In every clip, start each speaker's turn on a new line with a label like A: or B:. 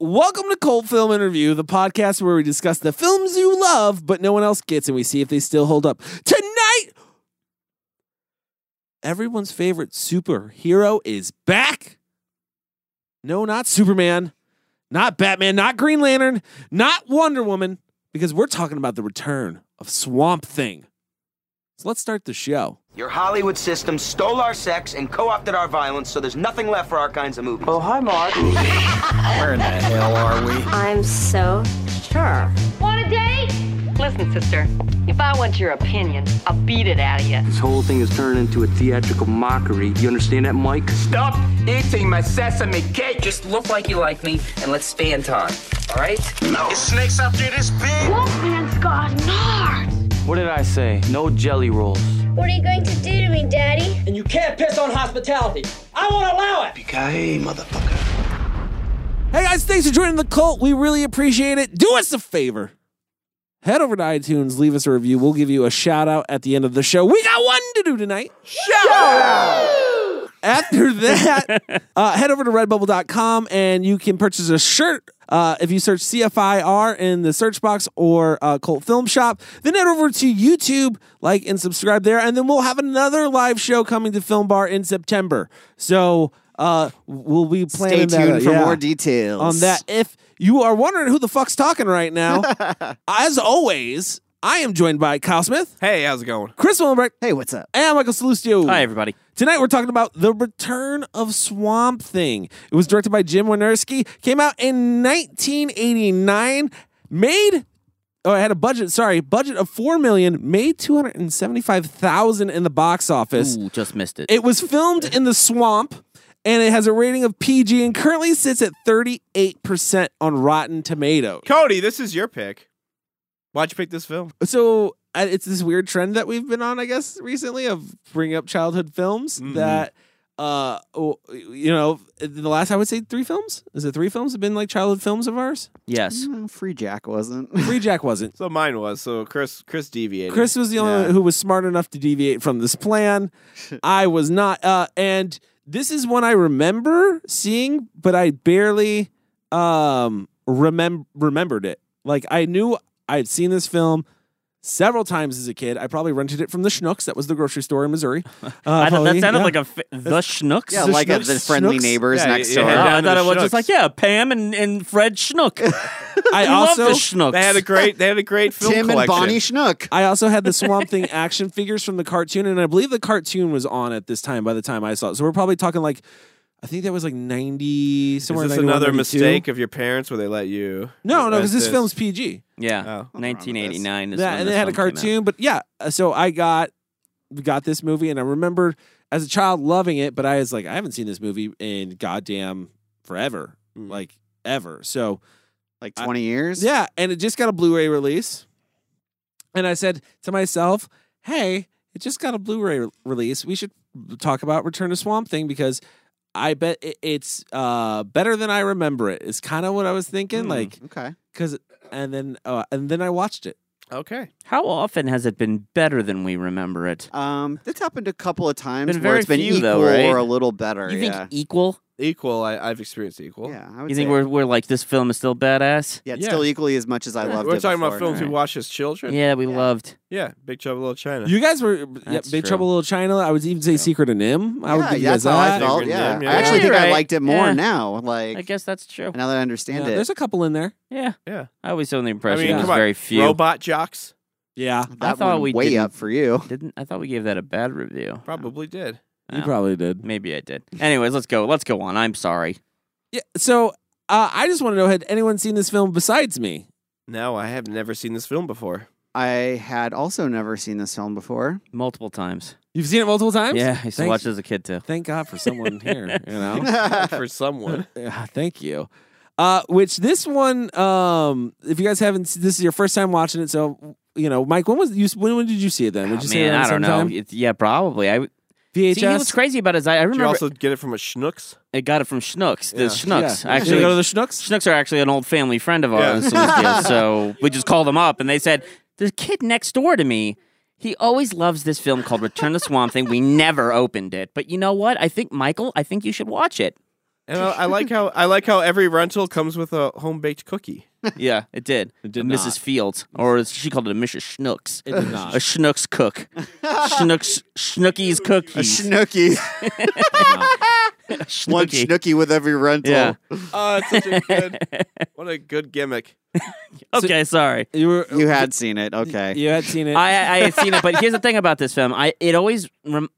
A: Welcome to Cold Film Interview, the podcast where we discuss the films you love but no one else gets and we see if they still hold up. Tonight, everyone's favorite superhero is back. No, not Superman, not Batman, not Green Lantern, not Wonder Woman, because we're talking about the return of Swamp Thing. So let's start the show.
B: Your Hollywood system stole our sex and co-opted our violence, so there's nothing left for our kinds of movies.
C: Oh, hi, Mark.
D: Where in the hell are we?
E: I'm so sure.
F: Want a date? Listen, sister, if I want your opinion, I'll beat it out of you.
G: This whole thing has turned into a theatrical mockery. You understand that, Mike?
H: Stop eating my sesame cake. Just look like you like me and let's stay in time. All right?
I: No. It snakes up through this big.
J: Wolfman's got nards.
G: What did I say? No jelly rolls.
K: What are you going to do to me, Daddy?
L: And you can't piss on hospitality. I won't allow it.
I: Because, motherfucker.
A: Hey guys, thanks for joining the cult. We really appreciate it. Do us a favor. Head over to iTunes, leave us a review. We'll give you a shout out at the end of the show. We got one to do tonight. Shout out! After that, uh, head over to redbubble.com and you can purchase a shirt. Uh, if you search CFIR in the search box or uh, Cult Film Shop, then head over to YouTube, like and subscribe there. And then we'll have another live show coming to Film Bar in September. So uh, we'll be
M: Stay
A: planning that out.
M: tuned for
A: Yeah
M: more details
A: on that. If you are wondering who the fuck's talking right now, as always, I am joined by Kyle Smith,
D: Hey, how's it going?
A: Chris Willenbrecht,
M: Hey, what's up?
A: and Michael Salustio.
D: Hi, everybody.
A: Tonight we're talking about The Return of Swamp Thing. It was directed by Jim Wynorski, came out in 1989, made oh, it had a budget, sorry, budget of 4 million, made 275,000 in the box office.
D: Ooh, just missed it.
A: It was filmed in the swamp and it has a rating of PG and currently sits at 38% on Rotten Tomatoes.
N: Cody, this is your pick. Why'd you pick this film?
A: So uh, it's this weird trend that we've been on, I guess, recently of bringing up childhood films that, uh, oh, you know, the last, I would say three films. Is it three films have been like childhood films of ours?
D: yes.
M: Mm, Free Jack wasn't.
A: Free Jack wasn't.
N: So mine was. So Chris, Chris deviated.
A: Chris was the only one who was smart enough to deviate from this plan. I was not. Uh, and this is one I remember seeing, but I barely um, remem- remembered it. Like I knew I'd seen this film several times as a kid. I probably rented it from the Schnucks. That was the grocery store in Missouri. Uh,
D: I thought that
A: probably,
D: sounded
A: yeah.
D: like a f- the Schnooks.
M: yeah, like uh,
A: Schnucks-
M: the friendly
A: Schnucks?
M: neighbors
N: Yeah,
M: next
N: yeah,
M: door.
D: Yeah,
N: down
D: I
N: to
D: thought
N: the
D: it was just
N: Schnucks.
D: like yeah, Pam and, and Fred Schnook.
A: I
D: love the
A: also
D: Schnooks.
N: They had a great. They had a great film
M: Tim and
N: collection.
M: Bonnie Schnook.
A: I also had the Swamp Thing action figures from the cartoon, and I believe the cartoon was on at this time by the time I saw it. So we're probably talking like, I think that was like 90,
N: Is
A: somewhere
N: this
A: 91,
N: another
A: 92.
N: mistake of your parents where they let you?
A: No, no,
N: rent
A: because this film's PG.
N: Oh.
D: yeah,
N: What's
D: nineteen eighty nine.
A: That- and they had a cartoon, but yeah. uh, So I got got this movie, and I remember as a child loving it, but I was like, I haven't seen this movie in goddamn forever,
N: Mm.
A: like ever. So
M: Like 20 years?
A: yeah, and it just got a Blu-ray release, and I said to myself, Hey, it just got a Blu-ray re- release. We should talk about Return to Swamp Thing because. I bet it- it's uh, better than I remember it. It's kind of what I was thinking,
N: Hmm.
A: like
M: Okay.
A: because and then uh, and then I watched it.
N: Okay.
D: How often has it been better than we remember it?
M: Um, that's happened a couple of times
D: Been
M: where
D: very
M: it's been
D: few,
M: equal
D: though, right?
M: or a little better.
D: You think
M: yeah.
D: equal?
N: Equal. I, I've experienced equal.
M: yeah, I would
D: You think
M: say-
D: we're we're like this film is still badass?
M: yeah, it's
N: Yeah.
M: still equally as much as I loved
N: We're
M: it
N: talking about
M: before.
N: films we
D: Alright.
N: watched as children.
D: Yeah, we loved.
N: Yeah. Big Trouble in Little China.
A: You guys were yeah,
D: That's
A: Big
D: true.
A: Trouble in Little China. I would even say Secret of Nim. I would
M: yeah,
A: give you guys
M: that's how I
A: that.
M: felt.
N: Different
M: Yeah.
N: name, yeah.
M: I actually
D: Yeah,
M: think I
D: right.
M: liked it more
D: Yeah.
M: now. Like
D: I guess that's true.
M: now that I understand
A: Yeah,
M: it.
A: there's a couple in there.
D: Yeah,
N: yeah.
D: I always own the
N: I
D: impression
N: mean,
D: it was
N: come on.
D: very few.
N: Robot jocks
A: Yeah,
M: that
D: I thought
M: one
D: we
M: way
D: didn't-
M: up for you.
D: Didn't I thought we gave that a bad review?
N: probably did.
A: you
D: Oh,
A: probably did.
D: Maybe I did. Anyways, let's go. Let's go on. I'm sorry.
A: Yeah. So uh, I just want to know: had anyone seen this film besides me?
N: No, I have never seen this film before.
M: I had also never seen this film before.
D: Multiple times.
A: You've seen it multiple times.
D: Yeah, I used to
A: Thank-
D: watch it as a kid too.
A: Thank God for someone here. You know.
N: For someone.
A: Yeah, thank you. Uh, which this one, um, if you guys haven't, se- this is your first time watching it, so you know, Mike, when was you? When, when did you see it? Then
D: Oh,
A: would you say
D: man,
A: around
D: I don't
A: the same
D: know. It's, yeah, probably. I
A: Time?
D: see. He was
A: VHS.
D: crazy about his. I, I
N: Did you
D: remember.
N: also get it from a Schnooks?
D: I got it from Schnooks. The
N: Yeah.
D: Schnooks
A: Yeah. Did
D: actually.
A: you go to the Schnooks.
D: Schnooks are actually an old family friend of ours, Celestia, so we just called them up, and they said the kid next door to me. He always loves this film called Return to Swamp Thing. We never opened it, but you know what? I think Michael. I think you should watch it.
N: And I, I like how I like how every rental comes with a home baked cookie.
D: yeah, it did. It
A: did
D: Mrs.
A: not.
D: Fields, or as she called it a Mrs. Schnooks.
A: It did not.
D: A Schnooks cook. Schnooks Schnookies
M: A
D: cookies.
M: schnookie. One
D: Schnookie.
M: schnookie with every rental.
D: Yeah.
N: Oh, it's such a good what a good gimmick.
D: Okay, sorry.
A: You were
M: You had seen it. Okay.
A: you had seen it.
D: I I had seen it, but here's the thing about this film. I it always rem-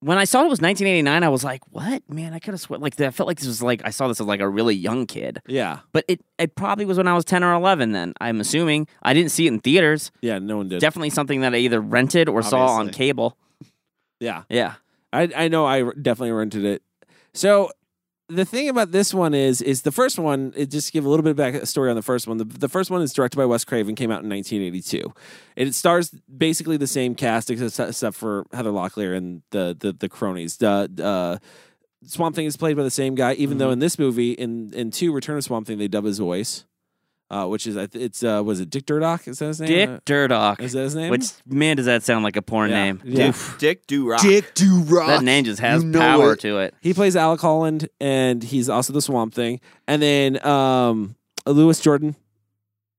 D: when I saw it was 1989, I was like, "What, man? I could have sworn like I felt like this was like I saw this as like a really young kid."
A: yeah,
D: But it it probably was when I was 10 or 11 then. I'm assuming I didn't see it in theaters.
A: yeah. No one did.
D: Definitely something that I either rented or saw on
M: Obviously.
D: cable.
A: yeah,
D: Yeah.
A: I I know. I definitely rented it. So the thing about this one is is the first one. It just to give a little bit of back story on the first one. The, the first one is directed by Wes Craven. Came out in 1982. And it stars basically the same cast except, except for Heather Locklear and the the the cronies. The uh, Swamp Thing is played by the same guy, even
D: Mm-hmm.
A: though in this movie, in in two Return of Swamp Thing, they dub his voice, uh, which is I th- it's uh, was it Dick Durdock? Is that his name?
D: Dick
A: Uh,
D: Durdock.
A: Is that his name?
D: Which man does that sound like a porn
A: Yeah.
D: name?
A: Yeah.
D: Oof.
N: Dick do rock.
M: Dick do rock.
D: That name just has
M: You know
D: power
M: it.
D: to it.
A: He plays Alec Holland, and he's also the Swamp Thing. And then um, Lewis Jordan,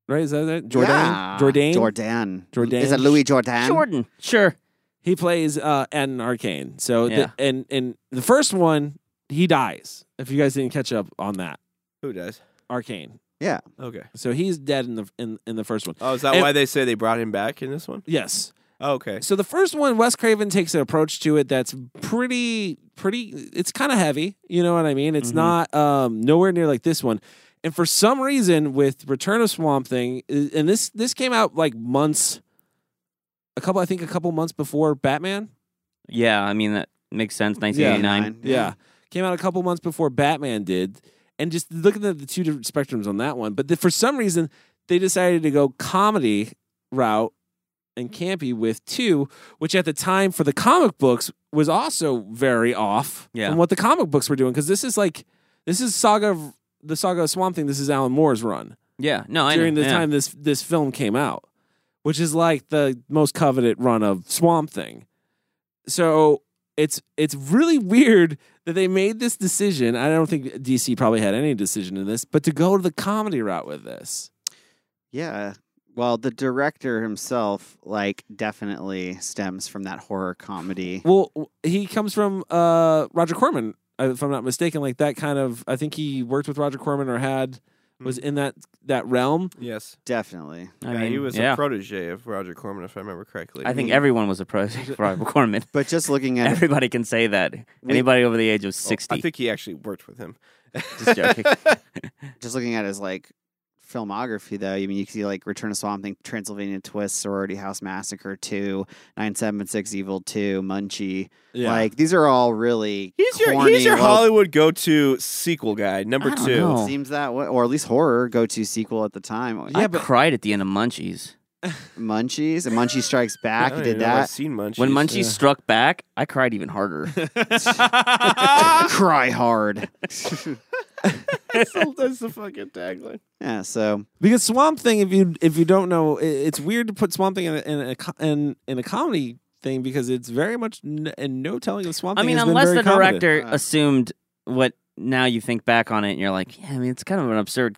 A: right? Is that it? Jordan?
M: Yeah.
A: Jordan?
M: Jordan.
A: Jordan.
M: Is it Louis Jordan?
D: Jordan. Sure.
A: He plays uh, Adden Arcane. So,
D: Yeah.
A: the, and and the first one, he dies. If you guys didn't catch up on that,
N: Who does?
A: Arcane.
M: Yeah.
N: Okay.
A: So he's dead in the in, in the first one.
N: Oh, is that
A: And-
N: why they say they brought him back in this one?
A: Yes.
N: Oh, okay.
A: So the first one, Wes Craven takes an approach to it that's pretty, pretty. It's kind of heavy. You know what I mean? It's not um, nowhere near like this one. And for some reason, with Return of Swamp Thing, i- and this this came out like months, a couple, I think, a couple months before Batman.
D: Yeah, I mean that makes sense. 1989.
M: Nine.
A: Yeah, came out a couple months before Batman did. And just looking at the two different spectrums on that one, but the, for some reason they decided to go comedy route and campy with two, which at the time for the comic books was also very off
D: Yeah.
A: from what the comic books were doing. Because this is like this is saga of the saga of Swamp Thing. This is Alan Moore's run
D: Yeah. No, I
A: during
D: know.
A: the
D: yeah.
A: time this this film came out, which is like the most coveted run of Swamp Thing. So it's it's really weird that they made this decision. I don't think DC probably had any decision in this, but to go to the comedy route with this.
M: Yeah. Well, the director himself, like, definitely stems from that horror comedy.
A: Well, w- he comes from uh, Roger Corman, uh, if I'm not mistaken. Like that kind of, I think he worked with Roger Corman or had was in that that realm.
N: Yes.
M: Definitely.
D: I
N: yeah,
D: mean,
N: he was
D: yeah.
N: a protege of Roger Corman, if I remember correctly.
D: I think everyone was a pro Roger Corman.
M: But just looking at
D: Everybody can say that. Anybody over the age of
N: Oh,
D: 60.
N: I think he actually worked with him.
D: Just joking.
M: just looking at his like filmography though, I mean you can see like Return of Swamp Thing, Transylvania Twist, Sorority House Massacre 2, 976 Evil 2, Munchie. Like these are all really
N: He's your
M: corny
N: he's your
M: little-
N: Hollywood go to sequel guy number
D: I don't
N: two.
D: know.
M: Seems that way, or at least horror go to sequel at the time.
D: I cried at the end of Munchies.
M: Munchies and Munchie Strikes Back
N: I don't
M: did
N: even know if I've
M: that.
N: seen Munchies.
D: When Munchies
A: yeah.
D: struck back, I cried even harder.
M: Cry hard.
N: that's, the, that's the fucking tagline.
M: yeah, so
A: Because Swamp Thing, if you if you don't know, i- it's weird to put Swamp Thing in a, in a co- in, in a comedy thing because it's very much n- and no telling of Swamp
D: I
A: Thing.
D: mean,
A: has been
D: unless
A: very
D: the
A: competent.
D: director
M: Uh,
D: assumed what now you think back on it and you're like, yeah, I mean, it's kind of an absurd.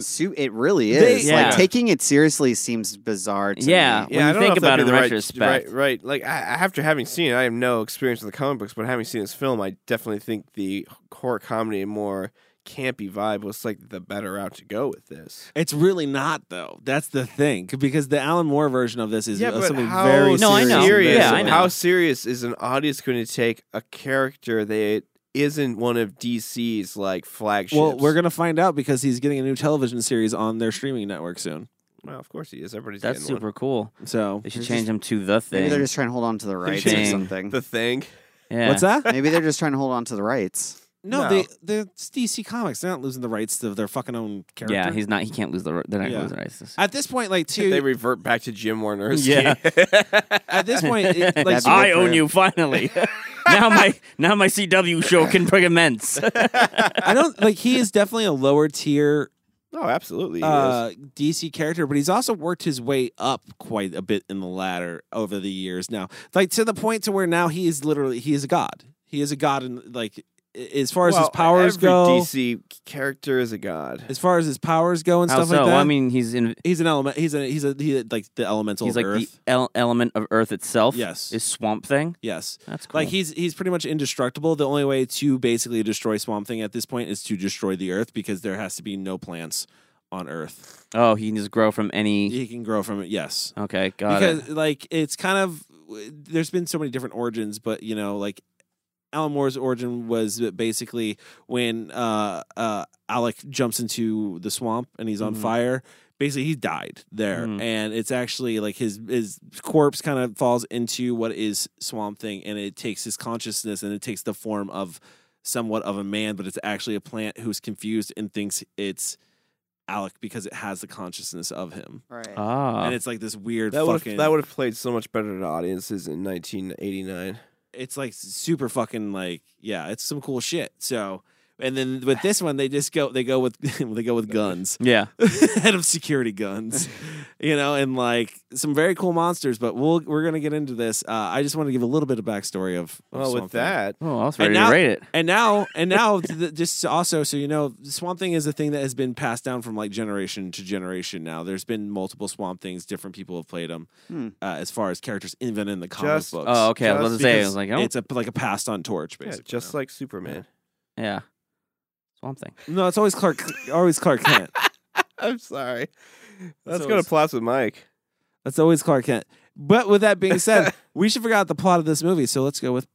M: su- it really
A: They-
M: is.
D: Yeah.
M: Like taking it seriously seems bizarre to
D: Yeah.
M: me.
D: When you
N: I don't
D: think
N: know if
D: about it
N: that'd be
D: in
N: the right,
D: retrospect.
N: right, right. Like I, I- after having seen it, I have no experience with the comic books, but having seen this film, I definitely think the horror comedy and more campy vibe was like the better route to go with this.
A: it's really not though. That's the thing because the Alan Moore version of this is uh, something
N: how
A: very
D: No, I know.
N: serious.
D: Yeah, I know.
N: How serious is an audience going to take a character that isn't one of DC's like flagships?
A: Well, we're gonna find out because he's getting a new television series on their streaming network soon.
N: Well, of course he is. Everybody's
D: That's
N: getting
D: super cool.
A: So
D: They should change them to the
M: Maybe
D: thing.
M: they're just trying to hold on to the rights or
D: Thing.
M: something.
N: One. The thing.
D: yeah.
A: what's that?
M: Maybe they're just trying to hold on to the rights.
A: No,
N: No.
A: they they're it's DC Comics. They're not losing the rights to their fucking own character.
D: Yeah, he's not. He can't lose the. They're not
A: Yeah.
D: losing rights.
A: at this point like
N: They
A: two.
N: revert back to Jim Warner's.
D: Yeah.
A: at this point, it, like
M: That'd be
D: I
M: good for
D: own
M: him.
D: you finally. now my now my CW show can bring immense.
A: I don't like he is definitely a lower tier
N: No, absolutely. he is.
A: uh, DC character, but he's also worked his way up quite a bit in the ladder over the years now. Like to the point to where now he is literally he is a god. He is a god in like a- as far as his powers go,
N: DC character is a god.
A: as far as his powers go and
D: How
A: stuff like
D: so?
A: that.
D: I mean, he's in.
A: he's an element. He's a he's a he like the elemental
D: He's
A: of
D: like
A: Earth.
D: the el- element of Earth itself.
A: Yes.
D: is Swamp Thing.
A: Yes.
D: That's cool.
A: Like he's he's pretty much indestructible. The only way to basically destroy Swamp Thing at this point is to destroy the Earth because there has to be no plants on Earth.
D: oh, he can just grow from any.
A: He can grow from it. Yes.
D: Okay, got
A: because
D: it.
A: like it's kind of there's been so many different origins, but you know like Alan Moore's origin was basically when uh, uh, Alec jumps into the swamp and he's on
D: Mhm.
A: fire. Basically, he died there,
D: Mhm.
A: and it's actually like his his corpse kind of falls into what is Swamp Thing, and it takes his consciousness and it takes the form of somewhat of a man, but it's actually a plant who's confused and thinks it's Alec because it has the consciousness of him,
M: Right.
N: Uh,
D: Ah,
A: and it's like this weird
N: That would
A: fucking
N: that would have played so much better to audiences in 1989.
A: it's like super fucking like yeah, it's some cool shit. So and then with this one they just go they go with they go with guns.
D: yeah.
A: Head of security guns. You know, and like some very cool monsters, but we'll we're gonna get into this. Uh, I just want to give a little bit of backstory of, of
N: Well,
A: Swamp
N: with
A: Thing.
N: that,
D: Oh, I was
A: And
D: ready
A: now-
D: to rate it.
A: And now, and now, th- just also so you know, Swamp Thing is a thing that has been passed down from like generation to generation. Now, there's been multiple Swamp Things. Different people have played them,
M: Hmm.
A: uh, as far as characters even in the comic
N: Just-
A: books.
D: Oh, okay. I was
N: Just
D: about to say, I
A: Because
D: was like, oh,
A: it's a like a passed on torch,
N: yeah,
A: basically.
N: just like Superman.
D: yeah, Swamp Thing.
A: no, it's always Clark, always Clark Kent.
N: I'm sorry. Let's
A: So
N: go to
A: it's-
N: plots with Mike.
A: That's always Clark Kent. But with that being said, we should forget the plot of this movie. So let's go with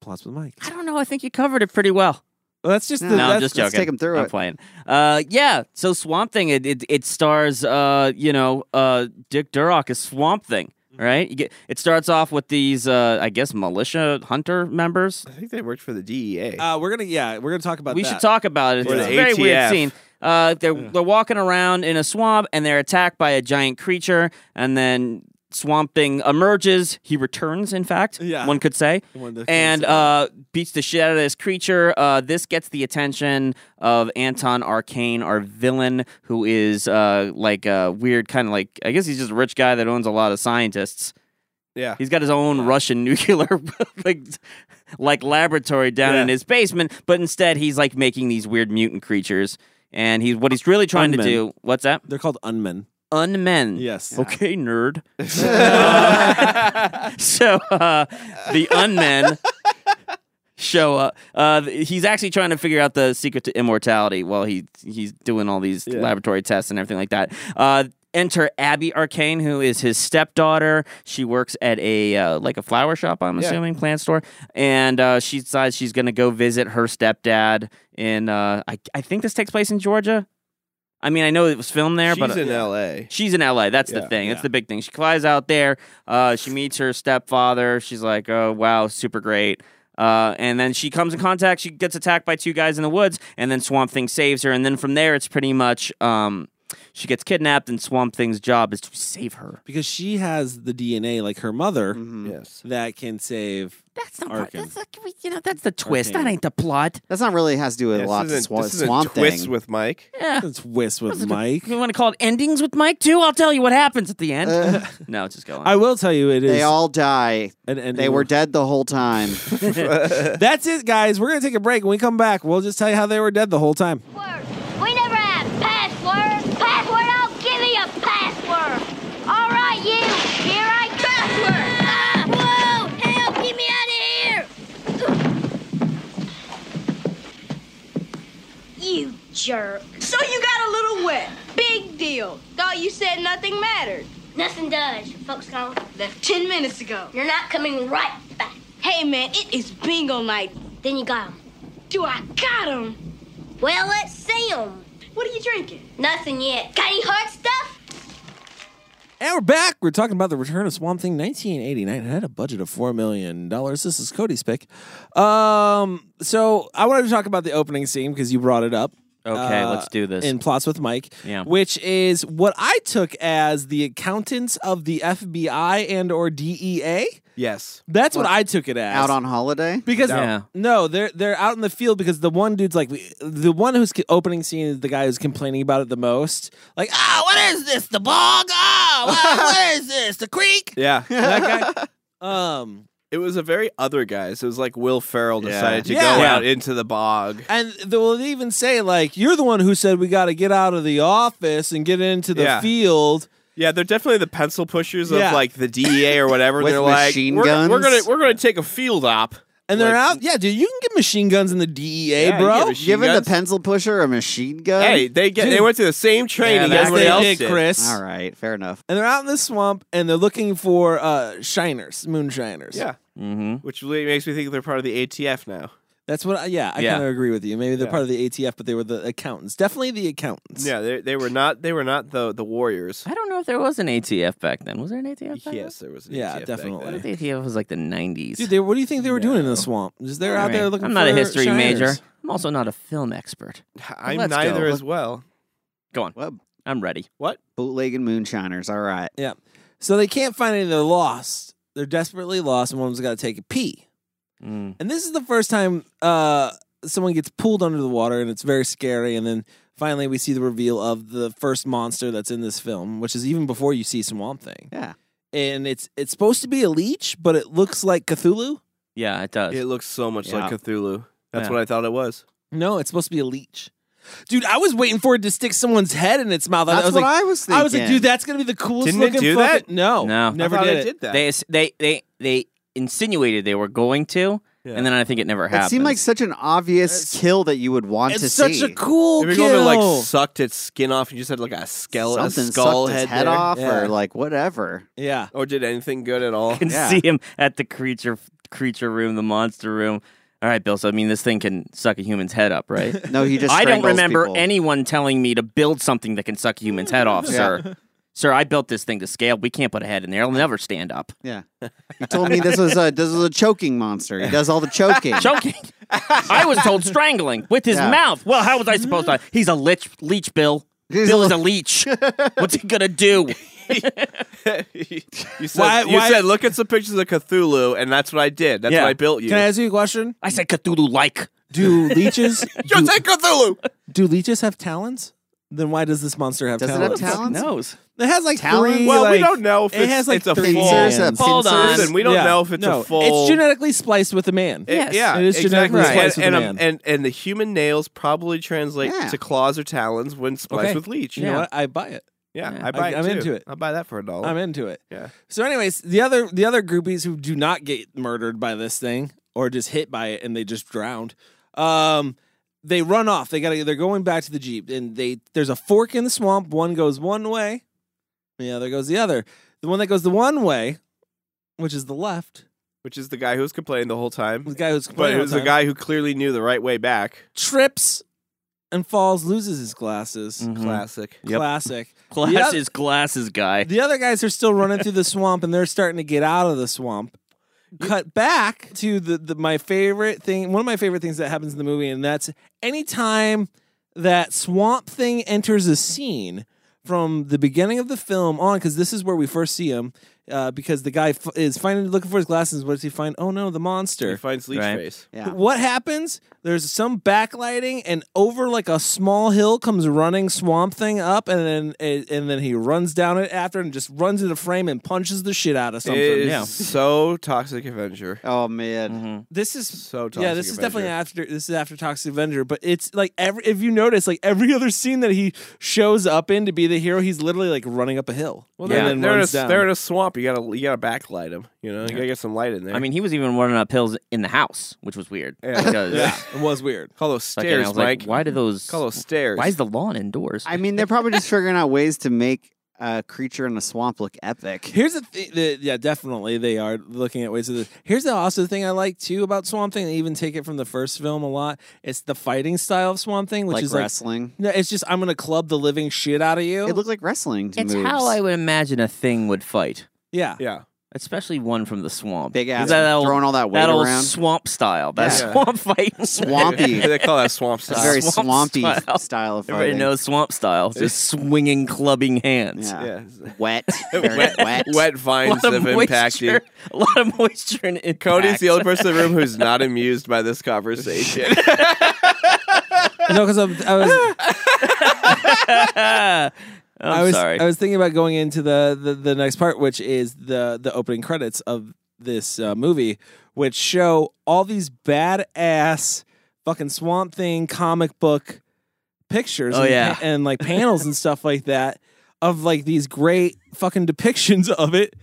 A: plots with Mike.
D: I don't know. I think you covered it pretty well.
A: Well, that's just
M: No,
A: the,
D: No, I'm
A: that's,
D: just joking.
M: let's take 'em through
D: I'm
M: it.
D: playing. Uh, yeah. So Swamp Thing. It it, it stars. Uh, you know, uh, Dick Durock is Swamp Thing.
A: Mm-hmm.
D: Right. You get, it starts off with these. Uh, I guess militia hunter members.
N: I think they worked for the E DEA.
A: Uh, we're gonna yeah, we're gonna talk about.
D: we
A: that.
D: should talk about it.
N: Or
D: it's
N: the
D: a very weird
N: ATF.
D: scene. Uh, they're they're walking around in a swamp and they're attacked by a giant creature and then Swamp Thing emerges. He returns, in fact,
A: Yeah.
D: one could say,
A: One could
D: and
A: say.
D: uh, beats the shit out of this creature. Uh, this gets the attention of Anton Arcane, our villain, who is uh, like a weird kind of like I guess he's just a rich guy that owns a lot of scientists.
N: yeah.
D: He's got his own Russian nuclear like like laboratory down
N: Yeah.
D: in his basement, but instead he's like making these weird mutant creatures. And he's what he's really trying
A: Unmen.
D: to do. What's that?
A: They're called unmen.
D: Unmen.
A: Yes.
D: Okay, nerd. Uh, so uh, the unmen show up. Uh, th- he's actually trying to figure out the secret to immortality while he he's doing all these laboratory tests and everything like that. Uh, enter Abby Arcane, who is his stepdaughter. She works at a uh, like a flower shop, I'm assuming, plant store, and uh, she decides she's going to go visit her stepdad. In uh, I I think this takes place in Georgia. I mean, I know it was filmed there,
N: She's
D: but uh,
N: in LA.
D: She's in LA. That's the
N: Yeah,
D: thing. That's
A: yeah.
D: the big thing. She flies out there. Uh, she meets her stepfather. She's like, oh, wow, super great. Uh, and then she comes in contact. She gets attacked by two guys in the woods, and then Swamp Thing saves her. And then from there, it's pretty much um, she gets kidnapped, and Swamp Thing's job is to save her.
A: because she has the DNA like her mother
D: Mm-hmm.
M: Mhm.
N: Yes.
A: that can save.
D: That's the
A: part-
D: part.
A: Arkin. that's
D: That's you know, that's the twist.
A: Arkin.
D: That ain't the plot.
M: That's not really has to do with
N: Yeah,
M: lots
N: this
M: of
N: isn't-
M: swa-
N: this isn't
M: swamp
N: twists
M: thing.
N: with Mike.
D: Yeah.
A: It's whist with
D: That's a-
A: Mike.
D: You want to call it endings with Mike too? I'll tell you what happens at the end. no, just go on.
A: Uh. I will tell you, it is.
M: They all die.
A: an ending
M: They were
A: with-
M: dead the whole time.
A: That's it, guys. We're gonna take a break. When we come back, we'll just tell you how they were dead the whole time.
J: Password. We never have password. Password, I'll give you a password. All right, you. Here I go. Password. Ah, whoa. Help, get me out of here.
E: You jerk.
F: So you got a little wet. Big deal. Thought you said nothing mattered.
J: Nothing does. Your folks gone.
F: Left 10 minutes ago.
J: You're not coming right back.
F: Hey, man, it is bingo night.
J: Then you got 'em.
F: Do I got 'em?
J: Well, let's see 'em.
F: What are you drinking?
J: Nothing yet. Got any hard stuff?
A: And we're back. We're talking about the return of Swamp Thing, 1989. It had a budget of four million dollars. This is Cody's pick. Um, so I wanted to talk about the opening scene because you brought it up.
D: Okay,
A: uh,
D: let's do this.
A: In plots with Mike,
D: Yeah.
A: which is what I took as the accountants of the FBI and or DEA.
N: Yes.
A: That's what, I took it as.
M: Out on holiday.
A: Because
D: No. Yeah.
A: no, they're they're out in the field because the one dude's like the one who's opening scene is the guy who's complaining about it the most. Like, ah, what is this? The bog? Ah, what- what is this? The creek?
N: Yeah.
A: That guy. Um,
N: it was a very other guys. It was like Will Ferrell
A: Yeah.
N: decided to
A: Yeah.
N: go
A: Yeah.
N: out into the bog.
A: And they will even say like, "You're the one who said we got to get out of the office and get into the
N: Yeah.
A: field."
N: Yeah, they're definitely the pencil pushers
A: Yeah.
N: of like the DEA or whatever.
A: With
N: they're like,
A: machine
N: we're,
A: guns?
N: we're gonna we're gonna take a field op,
A: And they're
N: Like,
A: out. Yeah, dude, you can get machine guns in the DEA,
N: Yeah, you
A: bro.
N: get machine Given the guns.
M: pencil pusher a machine gun.
N: Hey, they get they
A: Dude.
N: went to the same training
A: Yeah,
N: as everybody
A: they
N: else
A: did,
N: did.
A: Chris.
M: All right, fair enough.
A: And they're out in the swamp and they're looking for uh shiners, moonshiners.
N: Yeah,
D: Mm-hmm.
N: which really makes me think they're part of the ATF now.
A: That's what I, yeah, I
N: Yeah.
A: kind of agree with you. Maybe they're
N: Yeah.
A: part of the ATF, but they were the accountants. Definitely the accountants.
N: Yeah, they they were not they were not the the warriors.
D: I don't know if there was an ATF back then. Was there an ATF? Back
N: Yes, there was. An
A: Yeah,
N: ATF
A: definitely.
D: Then? I think the ATF was like the nineties.
A: Dude, they, what do you think they were doing in the swamp? Just they're out there looking
D: I'm not a
A: for
D: history
A: shiners.
D: major. I'm also not a film expert.
N: Back then. I'm
D: Let's
N: neither
D: go.
N: as well.
D: Go on.
M: What?
D: I'm ready.
N: What?
M: Bootleg and moonshiners. All right.
A: Yeah. So they can't find any. They're lost. They're desperately lost, and one of them's got to take a pee.
M: Mm.
A: And this is the first time uh, someone gets pulled under the water, and it's very scary. And then finally, we see the reveal of the first monster that's in this film, which is even before you see Swamp Thing.
M: Yeah.
A: And it's it's supposed to be a leech, but it looks like Cthulhu.
D: Yeah, it does.
N: It looks so much
D: Yeah.
N: like Cthulhu. That's
D: Yeah.
N: what I thought it was.
A: No, it's supposed to be a leech. Dude, I was waiting for it to stick someone's head in its mouth. I-
M: That's
A: I was
M: what
A: like,
M: I was
A: I was like,
M: thinking.
A: dude, that's gonna be the coolest
N: Didn't it
A: looking
N: do
A: fucking-
N: that?
A: No,
D: No. I
A: never
N: thought
A: did
N: it
A: it.
N: did that.
D: They they they they insinuated they were going to,
N: Yeah.
D: and then I think it never happened.
M: It seemed like such an obvious kill that you would want to
A: It's such
M: see.
A: a cool
N: If you're
A: kill.
N: going to like sucked its skin off and you just had like a skeleton,
M: Something
N: skull
M: sucked
N: head,
M: his head
N: there.
M: off
A: Yeah.
M: or like whatever.
A: yeah,
N: or did anything good at all?
D: can
M: Yeah.
D: see him at the creature creature room, the monster room. All right, Bill. So I mean, this thing can suck a human's head up, right?
M: No, he just.
D: I don't
M: strangles
D: remember
M: people.
D: anyone telling me to build something that can suck a human's head off, sir. Sir, I built this thing to scale. We can't put a head in there; it'll never stand up.
M: Yeah. You told me this was a this was a choking monster. He does all the choking.
D: Choking. I was told strangling with his
M: Yeah.
D: mouth. Well, how was I supposed to? He's a leech, leech Bill. Bill is a leech. What's he gonna do?
N: you said,
A: Why-
N: you
A: why-
N: said look at some pictures of Cthulhu, and that's what I did. That's
D: Yeah.
N: what I built you.
A: Can I ask you a question?
D: I said Cthulhu like.
A: Do leeches
N: Just
A: do,
N: say Cthulhu.
A: do leeches have talons? Then why does this monster have
M: Does it have
A: talons?
M: talons?
D: knows.
A: It has like
M: Talons?
A: three.
N: Well, we
A: like-
N: don't know if
A: it
N: it's-
A: has like
N: it's a
A: three
N: full-
A: hands.
M: Pincers, uh,
D: Hold on.
N: Listen, we don't
A: Yeah.
N: know if it's
A: No,
N: a full.
A: It's genetically spliced with a man.
N: It- yeah,
A: It is genetically
N: exactly.
A: spliced
N: and,
A: with a
N: and,
A: man.
N: and and the human nails probably translate
M: Yeah.
N: to claws or talons when spliced
A: Okay.
N: with leech.
A: you know what? I buy it.
N: Yeah,
D: Yeah.
N: I buy.
A: I- I'm
N: it too.
A: into it.
N: I'll buy that for a dollar.
A: I'm into it.
N: Yeah.
A: So, anyways, the other the other groupies who do not get murdered by this thing or just hit by it and they just drowned, um, they run off. They got to they're going back to the jeep and they there's a fork in the swamp. One goes one way, the other goes the other. The one that goes the one way, which is the left,
N: Which is the guy who was complaining the whole time.
A: the guy who's
N: But
A: complaining
N: it was
A: all
N: a
A: the time,
N: guy who clearly knew the right way back.
A: trips and falls, loses his glasses.
N: Mm-hmm. Classic.
A: Classic.
D: Glasses,
A: The oth-
D: glasses guy.
A: The other guys are still running through the swamp and they're starting to get out of the swamp. Cut back to the, the my favorite thing, one of my favorite things that happens in the movie, and that's anytime that swamp thing enters a scene from the beginning of the film on, because this is where we first see him. Uh, because the guy f- is finding looking for his glasses. What does he find? Oh no, the
N: He
A: monster.
N: finds leech
D: Right.
N: face.
M: Yeah.
A: What happens? There's some backlighting, and over like a small hill comes running Swamp Thing up, and then and, and then he runs down it after, and just runs into frame and punches the shit out of something.
N: It is
A: yeah,
N: so toxic Avenger.
M: Oh man.
A: this is
N: So toxic.
A: yeah, this is definitely
N: Avenger.
A: after this is after Toxic Avenger, but it's like every if you notice, like every other scene that he shows up in to be the hero, he's literally like running up a hill. Well,
N: They're,
A: and then
N: they're in a,
A: runs down.
N: they're in a swamp. You gotta you gotta backlight them. You know, you gotta get some light in there.
D: I mean, he was even running up hills in the house, which was weird. Because,
A: yeah, it was weird.
N: call those
D: like, and I
N: stairs,
D: was
N: Mike.
D: like, why do those?
N: Call those stairs.
D: Why is the lawn indoors?
M: I mean, they're probably just figuring out ways to make a creature in a swamp look epic.
A: Here's the thing. The, yeah, definitely they are looking at ways of this. Here's the also thing I like too about Swamp Thing. They even take it from the first film a lot. It's the fighting style of Swamp Thing, which
M: like
A: is
M: wrestling.
A: like Oh. no, it's just I'm gonna club the living shit out of you.
M: it looked like wrestling to
D: it's
M: moves.
D: how I would imagine a thing would fight,
A: yeah.
N: yeah.
D: especially one from the swamp.
M: Big
D: Is
M: ass
D: that old-
M: throwing all that weight
D: that old
M: around.
D: swamp style. That
N: Yeah.
D: swamp fight.
M: Swampy.
N: they call that uh, swamp style.
M: It's very
D: Swamp
M: swampy
D: style.
M: style, of
D: Everybody
M: fighting.
D: knows swamp style. Just swinging, clubbing hands.
M: Yeah.
N: yeah.
M: Wet. Very
N: wet,
M: wet.
N: wet
D: A
N: vines
D: lot of
N: have
D: moisture.
N: impacted.
D: A lot of moisture and impact.
N: Cody's the only person in the room who's not amused by this conversation.
A: No, because I was
D: I'm
A: I was
D: sorry.
A: I was thinking about going into the, the the next part, which is the the opening credits of this uh, movie, which show all these badass fucking Swamp Thing comic book pictures
D: Oh,
A: and,
D: yeah.
A: and like panels and stuff like that of like these great fucking depictions of it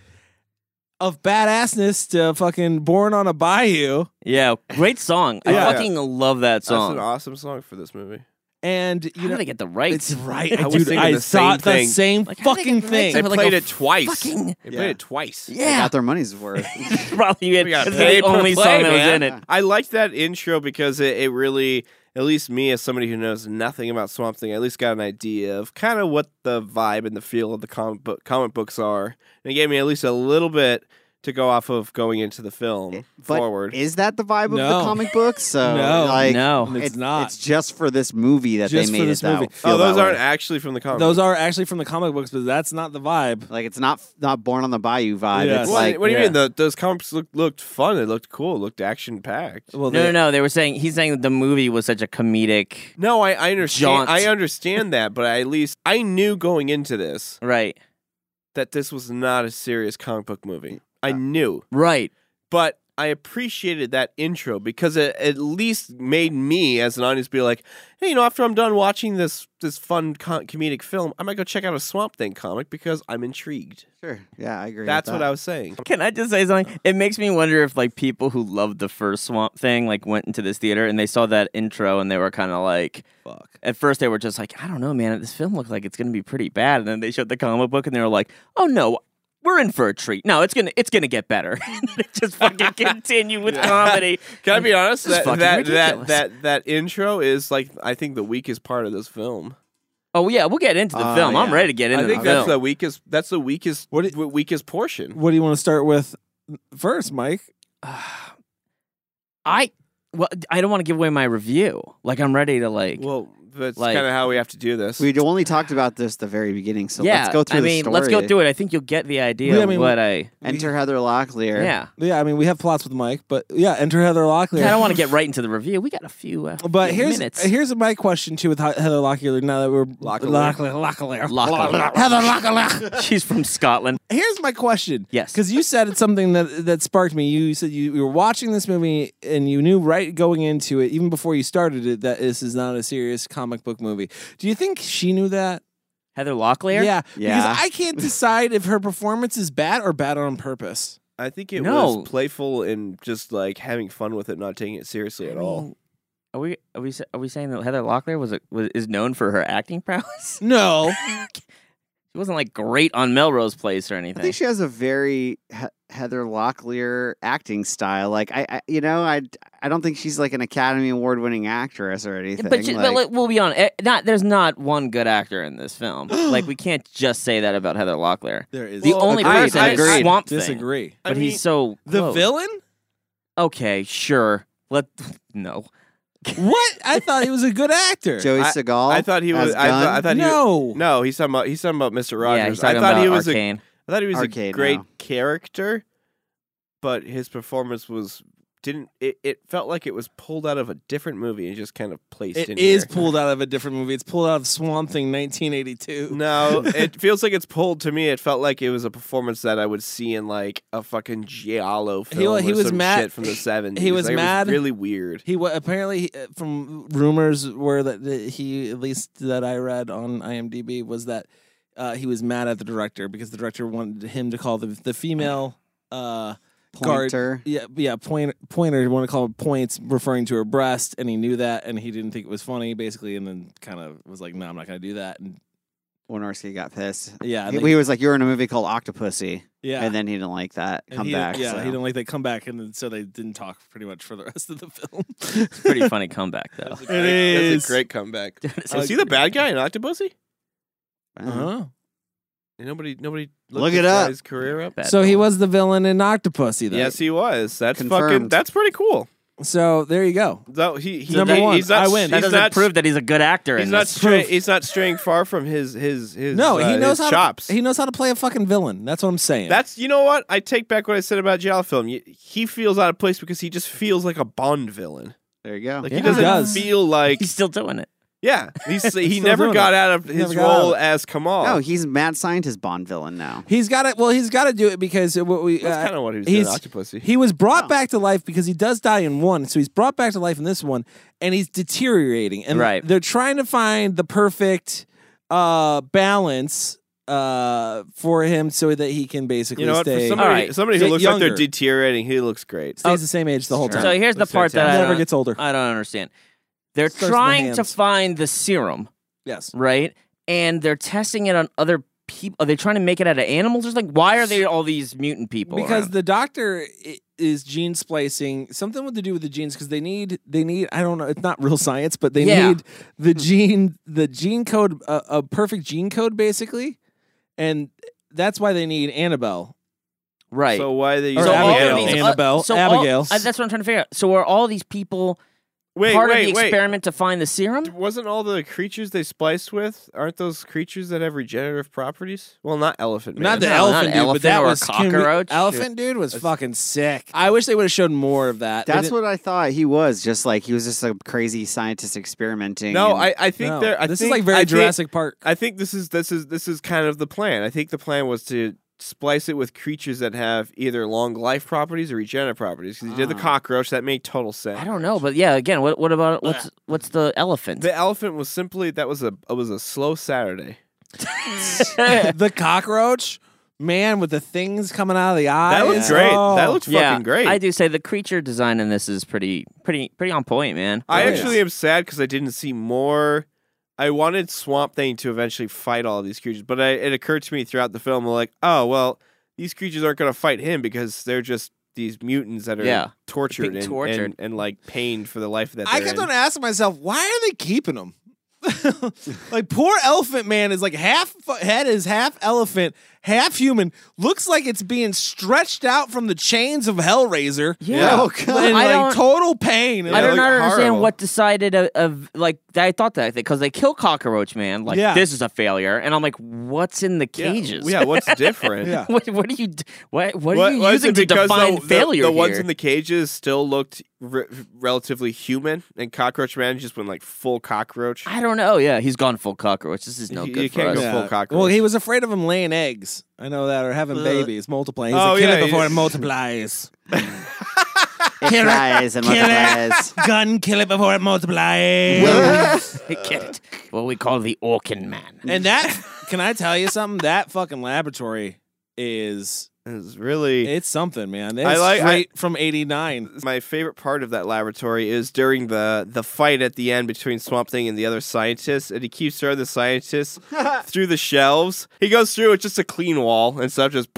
A: of badassness to fucking born on a bayou
D: Yeah, great song.
A: Yeah.
D: I fucking love that
N: That's an
D: song.
N: awesome song for this movie.
A: and you
D: How
A: know
D: did I get the rights?
A: it's right
N: I was
A: dude
N: thinking
A: i
N: the same
A: thought the
N: thing.
A: same
D: Like, how did
A: fucking
D: they make
A: thing
N: They
D: Like
N: played
D: a
N: it twice.
D: fucking-
N: They
M: Yeah.
N: played it twice.
M: They
D: Yeah,
M: got their money's worth.
D: probably you had-
N: We got
D: that's
N: paid
D: the
N: per
D: only
N: play,
D: song that was
N: man.
D: in it.
N: I liked that intro because it, it really, at least me as somebody who knows nothing about Swamp Thing, I at least got an idea of kind of what the vibe and the feel of the comic book comic books are, and it gave me at least a little bit to go off of going into the film
M: But
N: forward.
M: is that the vibe of
A: No.
M: the comic book? So
A: No.
M: like,
D: No.
A: It's
M: it-
A: not.
M: It's just for this movie that
A: Just
M: they
A: for
M: made
A: this
M: it that.
A: movie.
M: feel
N: oh, those
M: that way.
N: aren't actually from the comic.
A: those
N: book.
A: are actually from the comic books but that's not the vibe
M: like it's not not born on the bayou vibe.
A: Yeah.
M: It's
N: What,
M: like
N: what do you
A: yeah.
N: mean? The, those comics looked looked fun. They looked cool. Looked action packed.
A: well
D: No,
A: they-
D: no, no. They were saying he's saying that the movie was such a comedic,
N: No, I, I understand.
D: Jaunt.
N: I understand that, but I, at least I knew going into this
D: right?
N: that this was not a serious comic book movie. I knew,
D: Right.
N: but I appreciated that intro because it at least made me, as an audience, be like, hey, you know, after I'm done watching this this fun co- comedic film, I might go check out a Swamp Thing comic because I'm intrigued.
M: sure. Yeah, I agree. with
N: That's
M: that.
N: what I was saying.
D: Can I just say something? It makes me wonder if like people who loved the first Swamp Thing like went into this theater and they saw that intro and they were kind of like,
A: fuck
D: at first they were just like, I don't know, man. This film looked like it's gonna be pretty bad, and then they showed the comic book and they were like, Oh no, we're in for a treat. No, it's gonna it's gonna get better. And they just fucking continue with comedy.
N: Can I be honest?
D: This is
N: That
D: fucking
N: that, that
D: ridiculous.
N: that that intro is like I think the weakest part of this film.
D: Oh yeah, we'll get into the
M: Uh,
D: film. I'm
M: yeah.
D: ready to get into
N: I think
D: the
N: that's the
D: film.
N: weakest. That's the weakest.
A: What
N: w- weakest portion?
A: what do you want to start with first mike
D: I well, I don't want to give away my review. Like I'm ready to like.
N: Well, that's
D: Like-
N: kind of how we have to do this.
M: We only talked about this at the very beginning, so
D: yeah,
M: let's go through.
D: I
M: the
D: mean, let's go
M: story.
D: through it. I think you'll get the idea
A: Yeah, I
D: of
A: mean,
D: what I.
M: Enter Heather Locklear.
D: Yeah.
A: yeah i mean we have plots with mike but yeah enter heather locklear
D: I don't want to get right into the review. We got a few. Uh,
A: but
D: few
A: here's
D: minutes.
A: here's my question too with He- Heather Locklear. Now that we're
N: Locklear.
A: Locklear, Locklear,
D: Locklear.
A: Heather Locklear.
D: She's from Scotland.
A: Here's my question.
D: Yes.
A: because you said it's something that that sparked me. You said you, you were watching this movie and you knew right going into it, even before you started it, that this is not a serious comic book movie. Do you think she knew that?
D: Heather Locklear.
A: Yeah,
M: Yeah.
A: Because I can't decide if her performance is bad or bad on purpose.
N: I think it
D: No.
N: was playful and just like having fun with it, not taking it seriously at all.
D: Are we are we sa- are we saying that Heather Locklear was, a, was is known for her acting prowess?
A: No,
D: She wasn't like great on Melrose Place or
M: I
D: anything.
M: think she has a very he- Heather Locklear acting style. Like I, I, you know, I, I don't think she's like an Academy Award winning actress or anything.
D: but, she, but
M: like-
D: like, we'll be honest. eh, Not there's not one good actor in this film. like we can't just say that about Heather Locklear.
A: there is
D: The
N: Well,
D: only
N: I-
D: person
N: I-
D: is
N: I
D: Swamp Thing.
A: disagree.
N: I
D: But
N: mean,
D: he's so
A: The
D: close.
A: villain?
D: Okay, sure. Let no.
A: What? I thought he was a good actor.
M: Joey Seagal.
N: I thought he was.
M: as
N: I thought,
M: Gunn.
N: I thought he
A: no.
N: was, no. He's talking about. He's talking about Mister Rogers.
D: Yeah, he's talking
N: I thought
D: about
N: he was a.
D: Arcane.
N: I thought he was a
M: Arcade
N: great
M: now.
N: character, but his performance was didn't. It, it felt like it was pulled out of a different movie and just kind of placed.
A: It
N: in
A: is
N: here.
A: pulled out of a different movie. It's pulled out of Swamp Thing 1982.
N: No, it feels like it's pulled to me. It felt like it was a performance that I would see in like a fucking giallo
A: He-
N: film.
A: he
N: or
A: was
N: some
A: mad-
N: shit from the
A: he-
N: seventies.
A: was
N: like,
A: mad.
N: It was really weird.
A: He wa- apparently, uh, from rumors were that that he, at least that I read on IMDb, was that uh, he was mad at the director because the director wanted him to call the the female uh, guard-
M: Pointer.
A: yeah, yeah, point, pointer. He wanted to call her points, referring to her breast, and he knew that, and he didn't think it was funny, basically, and then kind of was like, "No, I'm not going to do that." And
M: Wynorski got pissed.
A: yeah,
M: he,
A: they-
M: he was like, "You were in a movie called Octopussy,"
A: yeah.
M: and then he didn't like that.
A: And
M: Come
A: he didn't-
M: back.
A: Yeah,
M: so.
A: he didn't like that comeback, and then, so they didn't talk pretty much for the rest of the film.
D: Pretty funny comeback though.
N: That's a
A: It
N: great, that's a
A: is.
N: great comeback.
D: It's
N: Was he the bad guy in Octopussy?
M: I don't know.
A: Uh-huh.
N: Nobody, nobody. Looked
M: Look
N: this
M: it up.
N: Guy's career up.
D: bad
A: So he
D: villain.
A: was the villain in Octopussy, though.
N: Yes, he was. That's fucking.
M: Confirmed.
N: That's pretty cool.
A: So there you go.
N: Though he, he
A: Number
N: he-
A: one,
N: he's not,
A: I win.
D: That
N: He's
D: doesn't
N: not,
D: prove that he's a good actor.
N: He's
D: in
N: not.
D: this.
N: Stray, he's not straying far from his his his.
A: No,
N: uh,
A: he knows
N: his
A: how
N: chops.
A: To, he knows how to play a fucking villain. That's what I'm saying.
N: That's you know what I take back what I said about Jal film. Y- He feels out of place because he just feels like a Bond villain.
M: There you go.
N: Like
A: Yeah,
N: he
A: he
N: doesn't
A: does.
N: feel like
D: He's still doing it.
N: Yeah, he's, he
M: Still
N: never
M: doing
N: got
M: it.
N: out of
M: He
N: his
M: never got out
N: role
M: of it.
N: as Kamal.
A: oh.
M: No, he's mad scientist Bond villain now.
A: He's got it. Well, he's got to do it because what we
N: That's
A: uh,
N: kinda what he was
A: he's-
N: doing, Octopussy.
A: He was
N: Oh.
A: brought back to life because he does die in one, so he's brought back to life in this one, and he's deteriorating. And
D: Right.
A: they're trying to find the perfect uh, balance uh, for him so that he can basically
N: you know what? For
A: stay.
N: somebody, somebody who
A: get
N: looks like
A: younger.
N: they're deteriorating, he looks great.
A: stays the same age the whole time.
D: So here's the
A: Looks
D: part that I
N: uh,
A: fantastic. never
D: don't-
A: gets older.
D: I don't understand. They're
A: Starts in the
D: trying to
A: hands.
D: find the serum,
A: Yes.
D: right? And they're testing it on other people. Are they trying to make it out of animals? Or something? why are they all these mutant people?
A: because
D: around?
A: the doctor i- is gene splicing something with to do with the genes because they need they need i don't know it's not real science but they
D: Yeah.
A: need the gene the gene code a, a perfect gene code basically and that's why they need annabelle
D: right.
N: So why are they
A: Or
N: using
A: all of
N: Abigail?
A: these- Annabelle,
D: so all-
A: Abigail.
D: uh, that's what I'm trying to figure out. So are all these people
N: Wait,
D: part
N: wait,
D: of the
N: wait.
D: experiment to find the serum?
N: Wasn't all the creatures they spliced with? Aren't those creatures that have regenerative properties? Well, not elephant man.
A: not the
D: No, not
A: elephant
D: an
A: dude
D: elephant
A: but that
D: or a
A: was can we-
D: cockroach.
A: elephant dude was fucking sick i wish they would have showed more of that They
M: That's
A: didn't-
M: what I thought he was. Just like he was just a crazy scientist experimenting.
N: No,
M: and-
N: I, I think
A: No.
N: they're. I
A: This is
N: think-
A: like very
N: I think-
A: Jurassic Park.
N: I think this is this is this is kind of the plan. I think the plan was to splice it with creatures that have either long life properties or regenerative properties. Because you did
A: Ah.
N: the cockroach, that made total sense.
D: I don't know, but yeah, again, what what about what's what's the elephant?
N: The elephant was simply that was a it was a slow Saturday.
A: the cockroach man with the things coming out of the eye Oh.
N: That looks great. That looks
D: yeah,
N: fucking great.
D: I do say the creature design in this is pretty pretty pretty on point, man.
N: I
A: Oh, yeah.
N: actually am sad because I didn't see more. I wanted Swamp Thing to eventually fight all these creatures, but I, it occurred to me throughout the film, like, oh well, these creatures aren't going to fight him because they're just these mutants that are
D: Yeah.
N: tortured,
D: Being
N: and,
D: tortured.
N: And, and, like pained for the life that they're
A: I kept
N: in.
A: on asking myself, why are they keeping him? like poor elephant man is like half fu- head is half elephant, half human. Looks like it's being stretched out from the chains of Hellraiser.
D: Yeah.
M: Oh, God.
A: in
D: I don't-
A: like total pain.
D: I don't
N: looked
D: understand
N: horrible.
D: what decided of, of like I thought that because they kill cockroach man like
A: Yeah.
D: this is a failure and I'm like what's in the cages
N: Yeah, what's different?
A: Yeah.
D: what, what are you d- what what are
N: What-
D: you
N: was
D: using
N: it
D: to
N: because
D: define
N: the,
D: failure
N: The, the ones
D: here?
N: in the cages still looked re- relatively human, and Cockroach Man just went like full cockroach.
D: I don't know yeah he's gone full cockroach this is no
N: You-
D: good
N: you
D: for
N: can't
D: us
N: go full cockroach.
A: Well, he was afraid of him laying eggs. I know that, or having babies, multiplying. He's
N: Oh,
A: like, kill
N: yeah,
A: it before
N: he-
A: it multiplies.
M: It
A: Kill it.
M: flies and
A: Kill it.
M: multiplies.
A: Gun, kill it before it multiplies.
D: Get it? what we call the Orkin man
A: and that, can I tell you something? That fucking laboratory is
N: It's really
A: It's something, man.
N: I
A: I
N: like-
A: like
N: I-
A: straight from '89.
N: my favorite part of that laboratory is during the the fight at the end between Swamp Thing and the other scientists, and he keeps throwing the scientists through the shelves. He goes through it's just a clean wall and stuff just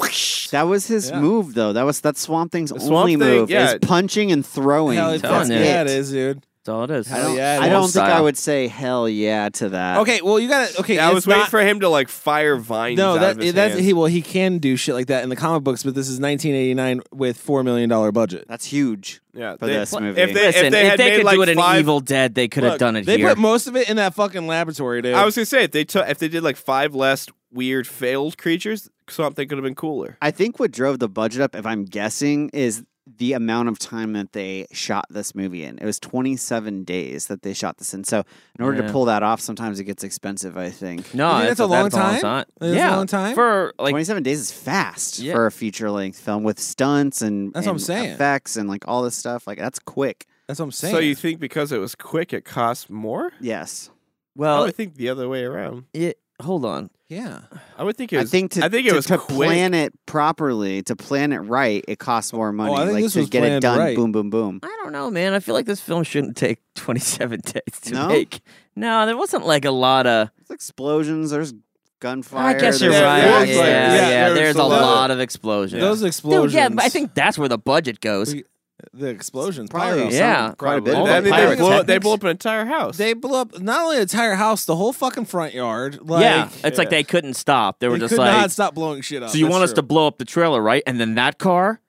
M: That was his
A: Yeah.
M: move, though. That was that's Swamp Thing's
N: Swamp
M: only
N: Thing,
M: move
N: yeah.
M: is punching and throwing.
A: Hell,
M: That's
A: fuck
D: telling you.
A: yeah,
M: it.
A: it is, dude.
D: that's all it is
M: I don't,
A: Yeah, it
M: I don't
A: is.
M: think I
D: Style.
M: would say hell yeah to that.
A: Okay, well, you gotta. Okay,
N: I
A: it's
N: was waiting
A: not-
N: for him to like fire vines.
A: No,
N: out
A: that
N: of his
A: that's
N: hands.
A: he. Well, he can do shit like that in the comic books, but this is 1989 with four million dollar budget.
M: that's huge.
N: yeah,
M: for this movie.
N: If they,
D: listen
N: if they had made
D: could
N: like
D: do it in
N: five,
D: Evil Dead they could
A: Look,
D: have done it
A: They
D: here
A: put most of it in that fucking laboratory, dude.
N: I was gonna say if they took if they did like five less weird failed creatures, Swamp Thing could have been cooler.
M: I think what drove the budget up, if I'm guessing, is the amount of time that they shot this movie in. It was 27 days that they shot this in. So in order
D: Yeah.
M: to pull that off, sometimes it gets expensive. I think
D: no
A: You think
D: that's
A: that's a long
D: that's
A: time? That's a
D: yeah
A: long time?
D: for like
M: 27 days is fast
D: Yeah.
M: for a feature length film with stunts and
A: That's what I'm
M: and
A: saying.
M: effects and like all this stuff. Like that's quick.
A: that's what I'm saying.
N: So you think because it was quick, it cost more?
M: Yes.
N: I
D: well
N: would think the other way around.
D: it, hold on
A: yeah,
N: I would think it
M: I
N: was.
M: think to,
N: I think it
M: to,
N: was
M: to
N: quick.
M: plan it properly, to plan it right, it costs more money.
A: Oh, I think
M: like
A: this
M: to
A: was
M: get it
A: planned
M: done,
A: right.
M: boom, boom, boom.
D: I don't know, man. I feel like this film shouldn't take 27 days to
M: No?
D: make. No, there wasn't like a lot of.
M: There's explosions. There's gunfire.
D: I guess you're
M: there's
D: right.
N: yeah,
D: Yeah,
M: acting.
N: yeah,
D: yeah,
N: yeah,
D: there's,
N: there's
D: a
N: a lot of-
D: lot of explosions.
A: those
D: Dude,
A: explosions.
D: yeah, but I think that's where the budget goes.
A: We- Oh, the explosions.
M: Probably
A: pyro.
M: some-
D: Yeah.
M: quite a bit.
D: All
M: of
N: I
M: that.
N: mean, they
D: pyrotechnics.
N: blow, up, they blow up an entire house.
A: They blew up not only the entire house, the whole fucking front yard. Like,
D: yeah, it's like they couldn't stop. They were
A: they
D: just
A: could
D: like,
A: not stop blowing shit up.
D: so you
A: That's
D: want us
A: true.
D: to blow up the trailer, right? And then that car,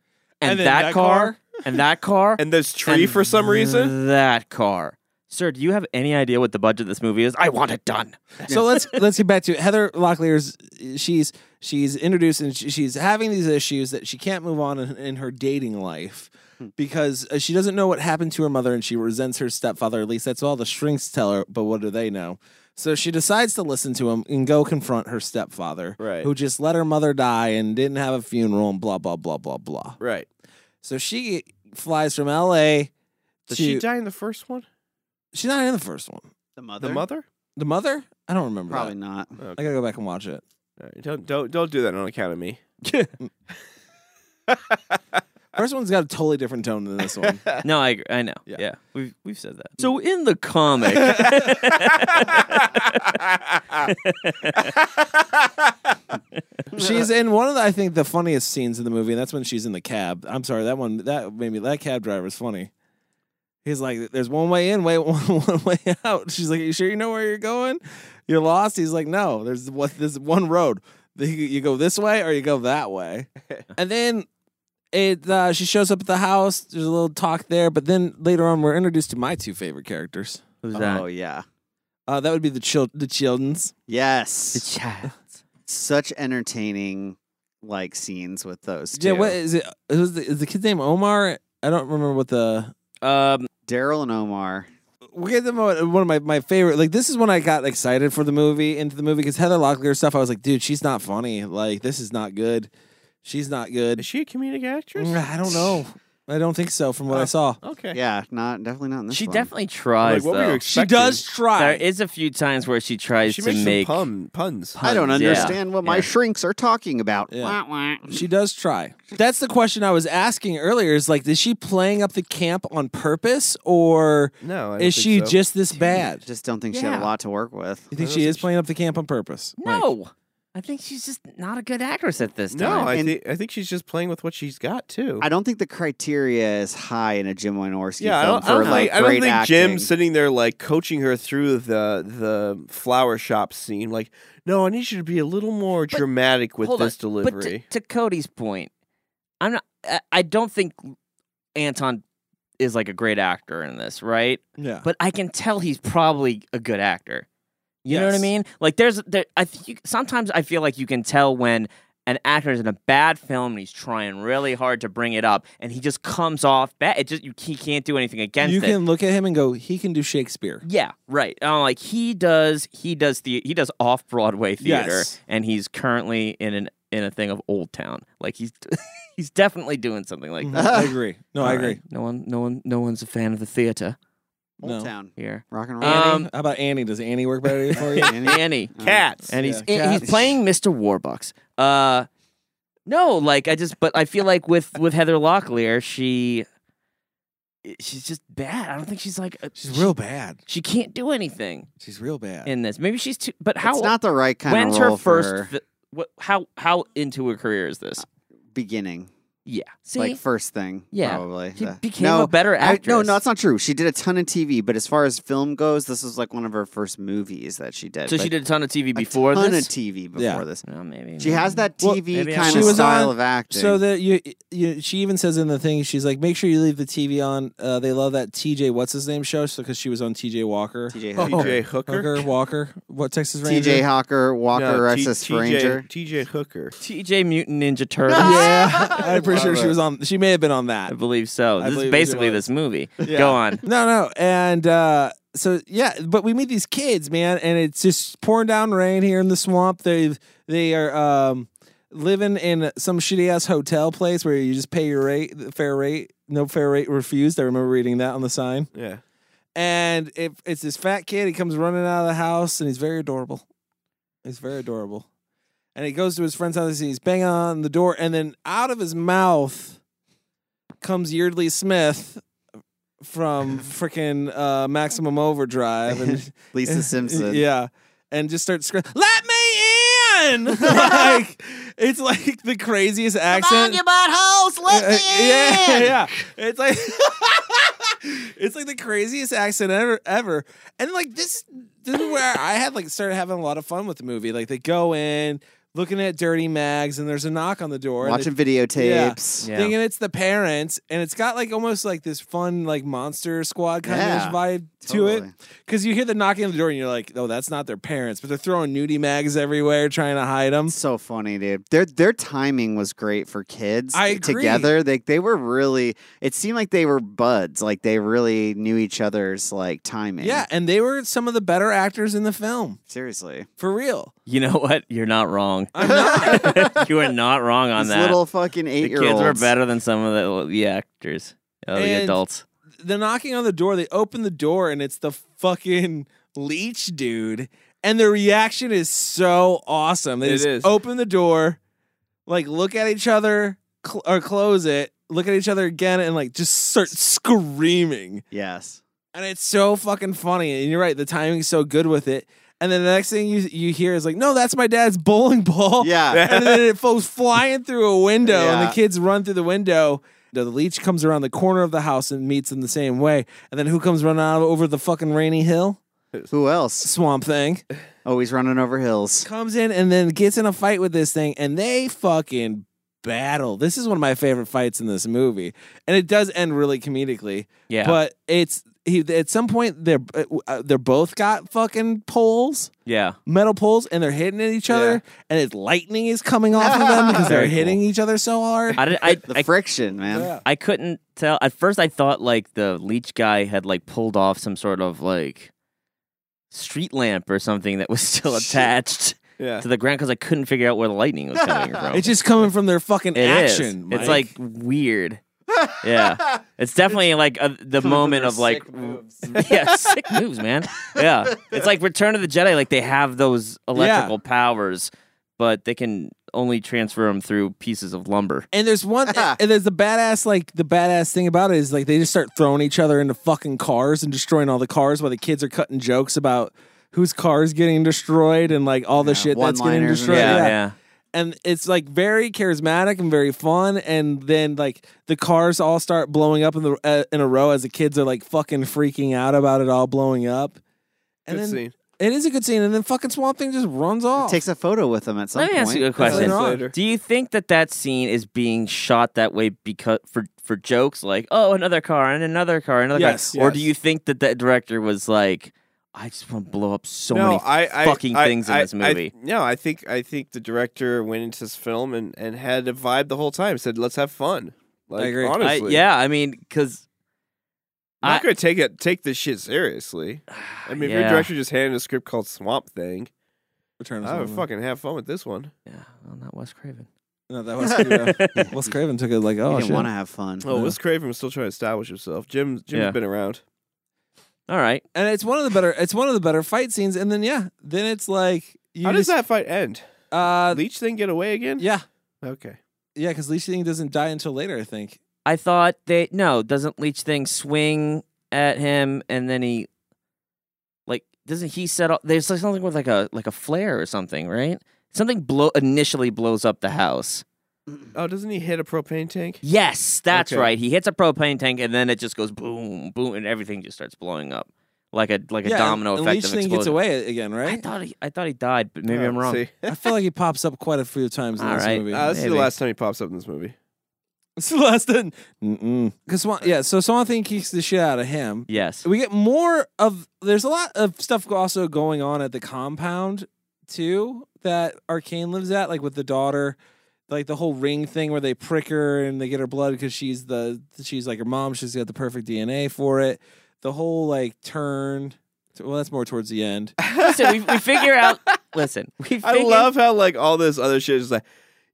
D: and,
A: And then
D: that,
A: that
D: car, and that car,
N: and there's tree
D: and
N: for some reason.
D: That car. Sir, do you have any idea what the budget of this movie is? I want it done.
A: So let's let's get back to it. Heather Locklear's. She's she's introduced and she- she's having these issues that she can't move on in, in her dating life
N: Hmm.
A: because uh, she doesn't know what happened to her mother and she resents her stepfather. At least that's all the shrinks tell her. But what do they know? So she decides to listen to him and go confront her stepfather,
N: Right.
A: who just let her mother die and didn't have a funeral and blah blah blah blah blah.
N: Right.
A: So she flies from L.A.
N: Does
A: to
N: she die in the first one?
A: she's not in the first one.
M: The mother.
N: The mother?
A: The mother? I don't remember.
M: Probably
A: that.
M: not.
A: I gotta go back and watch it.
N: All right, Don't don't don't do that on account of me.
A: First one's got a totally different tone than this one.
D: No, I agree. I know. Yeah. we've we've said that. So in the comic,
A: she's in one of the, I think the funniest scenes in the movie, and that's when she's in the cab. I'm sorry, that one that made me that cab driver's funny. He's like, "There's one way in, way one, one way out." She's like, "You sure you know where you're going? You're lost." He's like, "No, there's what this one road. You- You go this way or you go that way." and then it uh, she shows up at the house. There's a little talk there, but then later on, we're introduced to my two favorite characters.
D: Who's
M: Oh yeah.
A: Uh, that would be the chil- the children's.
M: Yes.
D: The child.
M: Such entertaining like scenes with those two.
A: Yeah, what is it? Who's the, is the kid's name? Omar. I don't remember what the.
D: Um,
M: Daryl and Omar.
A: We get them one one of my, my favorite. Like this is when I got excited for the movie into the movie because Heather Locklear stuff. I was like, dude, she's not funny. Like this is not good. She's not good.
N: Is she a comedic actress?
A: Mm, I don't know. I don't think so. From what
N: Oh.
A: I saw,
N: Okay.
M: Yeah, not definitely not in this
D: she
M: one.
D: definitely tries.
N: Like, what were you
D: though.
A: she
N: expecting?
A: does try.
D: There is a few times where she tries
N: She
D: to
N: makes
D: make.
N: some pun, puns.
M: I don't
D: puns, yeah.
M: understand what my
D: Yeah.
M: shrinks are talking about.
A: Yeah.
M: Wah, wah.
A: She does try. That's the question I was asking earlier. Is like, is she playing up the camp on purpose, or
N: No, I don't
A: is
N: think
A: she
N: so.
A: just this bad?
M: Just don't think she had
D: Yeah.
M: a lot to work with.
A: You think she is playing up the camp on purpose?
D: No, I think she's just not a good actress at this
N: No,
D: time.
N: I
M: And-
N: think I think she's just playing with what she's got too.
M: I don't think the criteria is high in a Jim Wynorski
N: yeah, I
M: film
N: don't,
M: for
N: I don't
M: like
N: think, I don't
M: great
N: think
M: acting.
N: Jim's sitting there like coaching her through the the flower shop scene. Like, no, I need you to be a little more dramatic with
D: Hold on,
N: this
D: But to,
N: delivery.
D: to Cody's point, I'm not. I, I don't think Anton is like a great actor in this, right?
A: Yeah.
D: But I can tell he's probably a good actor. You know what I
A: Yes.
D: mean? Like there's there. I think you, sometimes I feel like you can tell when an actor is in a bad film and he's trying really hard to bring it up, and he just comes off bad. It just you he can't do anything against
A: you
D: it.
A: can look at him and go, he can do Shakespeare.
D: Yeah, right. Um, like he does, he does the he does off Broadway theater,
A: Yes.
D: and he's currently in an in a thing of Old Town. Like he's he's definitely doing something like
A: Mhm,
D: that.
A: I agree. No, I
D: All
A: agree.
D: right. No one, no one, no one's a fan of the theater
M: Old
A: No.
M: Town.
D: here.
M: Rock and roll.
D: Um,
A: How about Annie? Does Annie work better for you?
M: Annie?
D: Annie,
N: Cats.
D: and he's
A: Yeah,
D: he's
A: cats.
D: playing Mr. Warbucks. Uh, no, like I just, but I feel like with with Heather Locklear, she she's just bad. I don't think she's like a,
A: She's real Uh, bad.
D: She can't do anything
A: She's real bad.
D: in this. Maybe she's too. But how?
M: it's not the right kind
D: When's
M: of role
D: her first?
M: for her.
D: Th- what? How? How into her career is this?
M: beginning.
D: Yeah. See,
M: Like first thing.
D: Yeah.
M: Probably.
D: She
M: The-
D: became a better
M: I- no,
D: actress.
M: no, that's not true. She did a ton of TV, but as far as film goes, this was like one of her first movies that she did.
D: so she
M: but
D: did a ton of TV before
M: a ton
D: this.
M: of TV before
A: Yeah.
M: this.
D: No, maybe
M: She has that
A: Well,
M: TV
D: maybe I'm
M: kind
A: She
M: of
A: was
M: style
A: on-
M: of acting.
A: So that you, you, she even says in the thing, she's like, make sure you leave the TV on. Uh, they love that TJ, what's his name show? So because she was on TJ Walker,
M: TJ
A: Oh,
N: TJ Hooker.
A: Hooker, Walker, what Texas Ranger?
M: TJ Hawker, Walker,
N: No, T-
M: Restless
N: TJ
M: Ranger.
N: TJ Hooker.
D: TJ Mutant Ninja Turtles.
A: Yeah, I'm pretty sure
N: Love
A: she
N: it.
A: was on. She may have been on that.
D: I believe so.
A: I
D: This
A: believe
D: is
A: it
D: basically
A: was.
D: this movie. Go on.
A: No, no. And uh, so yeah, but we meet these kids, man, and it's just pouring down rain here in the swamp. They they are um, living in some shitty ass hotel place where you just pay your rate, the fair rate, no fair rate refused. I remember reading that on the sign.
N: Yeah.
A: And it, it's this fat kid. He comes running out of the house, and he's very adorable. He's very adorable. And he goes to his friend's house. and He's banging on the door, and then out of his mouth comes Yeardley Smith from freaking uh, Maximum Overdrive and
M: Lisa Simpson.
A: yeah, and just starts screaming, "Let me in!" like it's like the craziest accent.
M: buttholes,
A: Uh, yeah, yeah, it's like it's like the craziest accent ever, ever. And like this, this is where I had like started having a lot of fun with the movie. Like they go in. looking at dirty mags, and there's a knock on the door. and
M: Watching
A: the-
M: videotapes.
A: Yeah.
M: Yeah.
A: Thinking it's the parents, and it's got like almost like this fun like monster squad kind
M: Yeah,
A: of vibe to it. Because you hear the knocking on the door, and you're like, oh, that's not their parents, but they're throwing nudie mags everywhere trying to hide them.
M: So funny, dude. Their their timing was great for kids.
A: I agree.
M: together, they they were really. It seemed like they were buds. Like they really knew each other's like timing.
A: Yeah, and they were some of the better actors in the film.
M: Seriously.
A: For real.
D: You know what? You're not wrong. I'm not. you are not wrong on
M: These
D: that.
M: little fucking
D: the
M: eight-year-olds.
D: kids were better than some of the, the actors, uh, the
A: And
D: adults.
A: The knocking on the door, they open the door and it's the fucking leech dude. And the reaction is so awesome. They
N: It
A: just
N: is.
A: open the door, like look at each other cl- or close it, look at each other again, and like just start screaming.
M: Yes.
A: And it's so fucking funny. And you're right, the timing's so good with it. And then the next thing you you hear is like, no, that's my dad's bowling ball.
M: Yeah.
A: and then it goes flying through a window, and
M: Yeah.
A: the kids run through the window. The leech comes around the corner of the house and meets them the same way. And then who comes running out over the fucking rainy hill?
M: Who else?
A: Swamp Thing.
M: Oh, he's running over hills.
A: Comes in and then gets in a fight with this thing, and they fucking battle. This is one of my favorite fights in this movie, and it does end really comedically.
D: Yeah.
A: but it's he at some point they're uh, they're both got fucking poles.
D: Yeah.
A: Metal poles and they're hitting at each other, and it's lightning is coming off of them because they're
D: Very cool.
A: hitting each other so hard.
D: I, did, I,
M: The
D: I,
M: friction, man.
D: I couldn't tell. At first, I thought like the leech guy had like pulled off some sort of like street lamp or something that was still attached
N: Yeah.
D: to the ground because I couldn't figure out where the lightning was coming from.
A: It's just coming from their fucking
D: It is.
A: action.
D: It's
A: Mike.
D: like weird. yeah, it's definitely like uh the moment of like, yeah, sick moves, man. Yeah, it's like Return of the Jedi. Like they have those electrical powers, but they can only transfer them through pieces of lumber.
A: And there's one, and there's the badass, like the badass thing about it is like they just start throwing each other into fucking cars and destroying all the cars while the kids are cutting jokes about whose car is getting destroyed and like all the shit that's getting
M: one-liners and
A: destroyed.
M: Yeah,
D: yeah.
A: And it's like very charismatic and very fun. And then like the cars all start blowing up in the uh, in a row as the kids are like fucking freaking out about it all blowing up. And
N: Good
A: then
N: scene.
A: it is a good scene. And then fucking Swamp Thing just runs off.
M: Takes a photo with him at some
D: Let me
M: point.
D: ask you a question.
A: Later on.
D: Do you think that that scene is being shot that way because for for jokes like oh another car and another car another
N: Yes,
D: car, or
N: yes.
D: do you think that the director was like I just want to blow up so many fucking things in
N: I-
D: this
N: I-
D: movie?
N: no, I think I think the director went into this film and, and had a vibe the whole time. Said, "Let's have fun." Like,
D: agree.
N: Honestly,
D: yeah, I mean, because
N: I'm not
D: I-
N: gonna take it take this shit seriously. I mean, if
D: Yeah.
N: your director just handed a script called Swamp Thing,
A: Return of
N: I
A: Swamp
N: would
A: Thing.
N: fucking have fun with this one.
D: Yeah, well, not Wes Craven.
A: No, that was Craven. Wes Craven took it like, oh,
M: didn't
A: shit.
M: wanna have fun.
N: Oh,
A: Yeah.
N: Wes Craven was still trying to establish himself. Jim Jim's
D: Yeah.
N: been around.
D: All right,
A: and it's one of the better it's one of the better fight scenes and then yeah then it's like you
N: How does
A: just,
N: that fight end?
A: uh
N: Leech thing get away again?
A: yeah
N: Okay.
A: yeah because leech thing doesn't die until later i think
D: I thought they no doesn't Leech Thing swing at him and then he like doesn't he set up? There's like something with like a like a flare or something, right? Something blow initially blows up the house.
N: Oh, doesn't he hit a propane tank?
D: Yes, that's
N: Okay.
D: right. He hits a propane tank and then it just goes boom, boom, and everything just starts blowing up like a like a
A: yeah,
D: domino
A: and, and
D: effect.
A: leech
D: of
A: thing gets
D: explosion.
A: away again right Oh,
D: I thought he I thought he died, but
N: Oh,
D: maybe I'm wrong.
A: i feel like he pops up quite a few times in
D: All
A: this
D: right.
A: movie
N: Uh, this is the
D: Maybe.
N: last time he pops up in this movie.
A: it's the last thing because Swan, yeah so Swan thing kicks the shit out of him
D: Yes.
A: we get more of there's a lot of stuff also going on at the compound too that arcane lives at like with the daughter like the whole ring thing where they prick her and they get her blood because she's the she's like her mom she's got the perfect dna for it the whole like turn well that's more towards the end
D: listen, we, we figure out listen, we figure
N: I love how like all this other shit is like,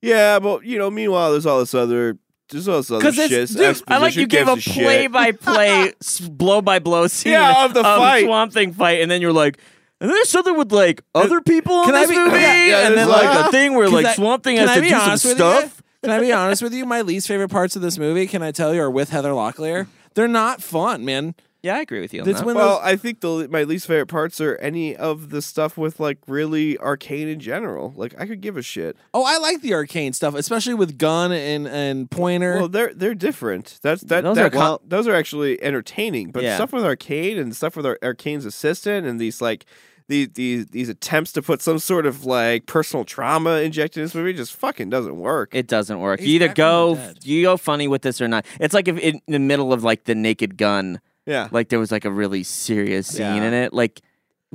N: yeah, but you know, meanwhile there's all this other there's all this other
D: 'Cause it's-
N: shit. It's
D: dude, I like
N: exposition,
D: you gave
N: gives
D: a
N: shit.
D: play by play, blow by blow scene
N: Yeah, of the fight.
D: Swamp Thing fight, and then you're like, and there's something with like other people in
A: Can I
D: this
A: be-
D: movie,
A: Yeah, yeah,
D: and then
N: there's
D: like
N: like-
D: a thing where
A: Can
D: like
A: I-
D: Swamp Thing
A: can I
D: has to
A: be
D: do some
A: honest with you?
D: stuff.
A: can i be honest with you my least favorite parts of this movie can i tell you are with heather locklear they're not fun man
D: Yeah, I agree with you. On
A: That's
D: that.
A: when
N: Well,
A: those-
N: I think the my least favorite parts are any of the stuff with like really arcane in general. Like I could give a shit.
A: oh i like the arcane stuff especially with gun and and pointer
N: Well, they're they're different. That's that.
D: Those
N: that-
D: are com-
N: those are actually entertaining. But
D: Yeah.
N: stuff with arcane and stuff with Ar- arcane's assistant and these like these these these attempts to put some sort of like personal trauma injected in this movie just fucking doesn't work.
D: It doesn't work. you either go you go funny with this or not. It's like if in the middle of like the Naked Gun.
N: Yeah.
D: Like there was like a really serious scene in it. Like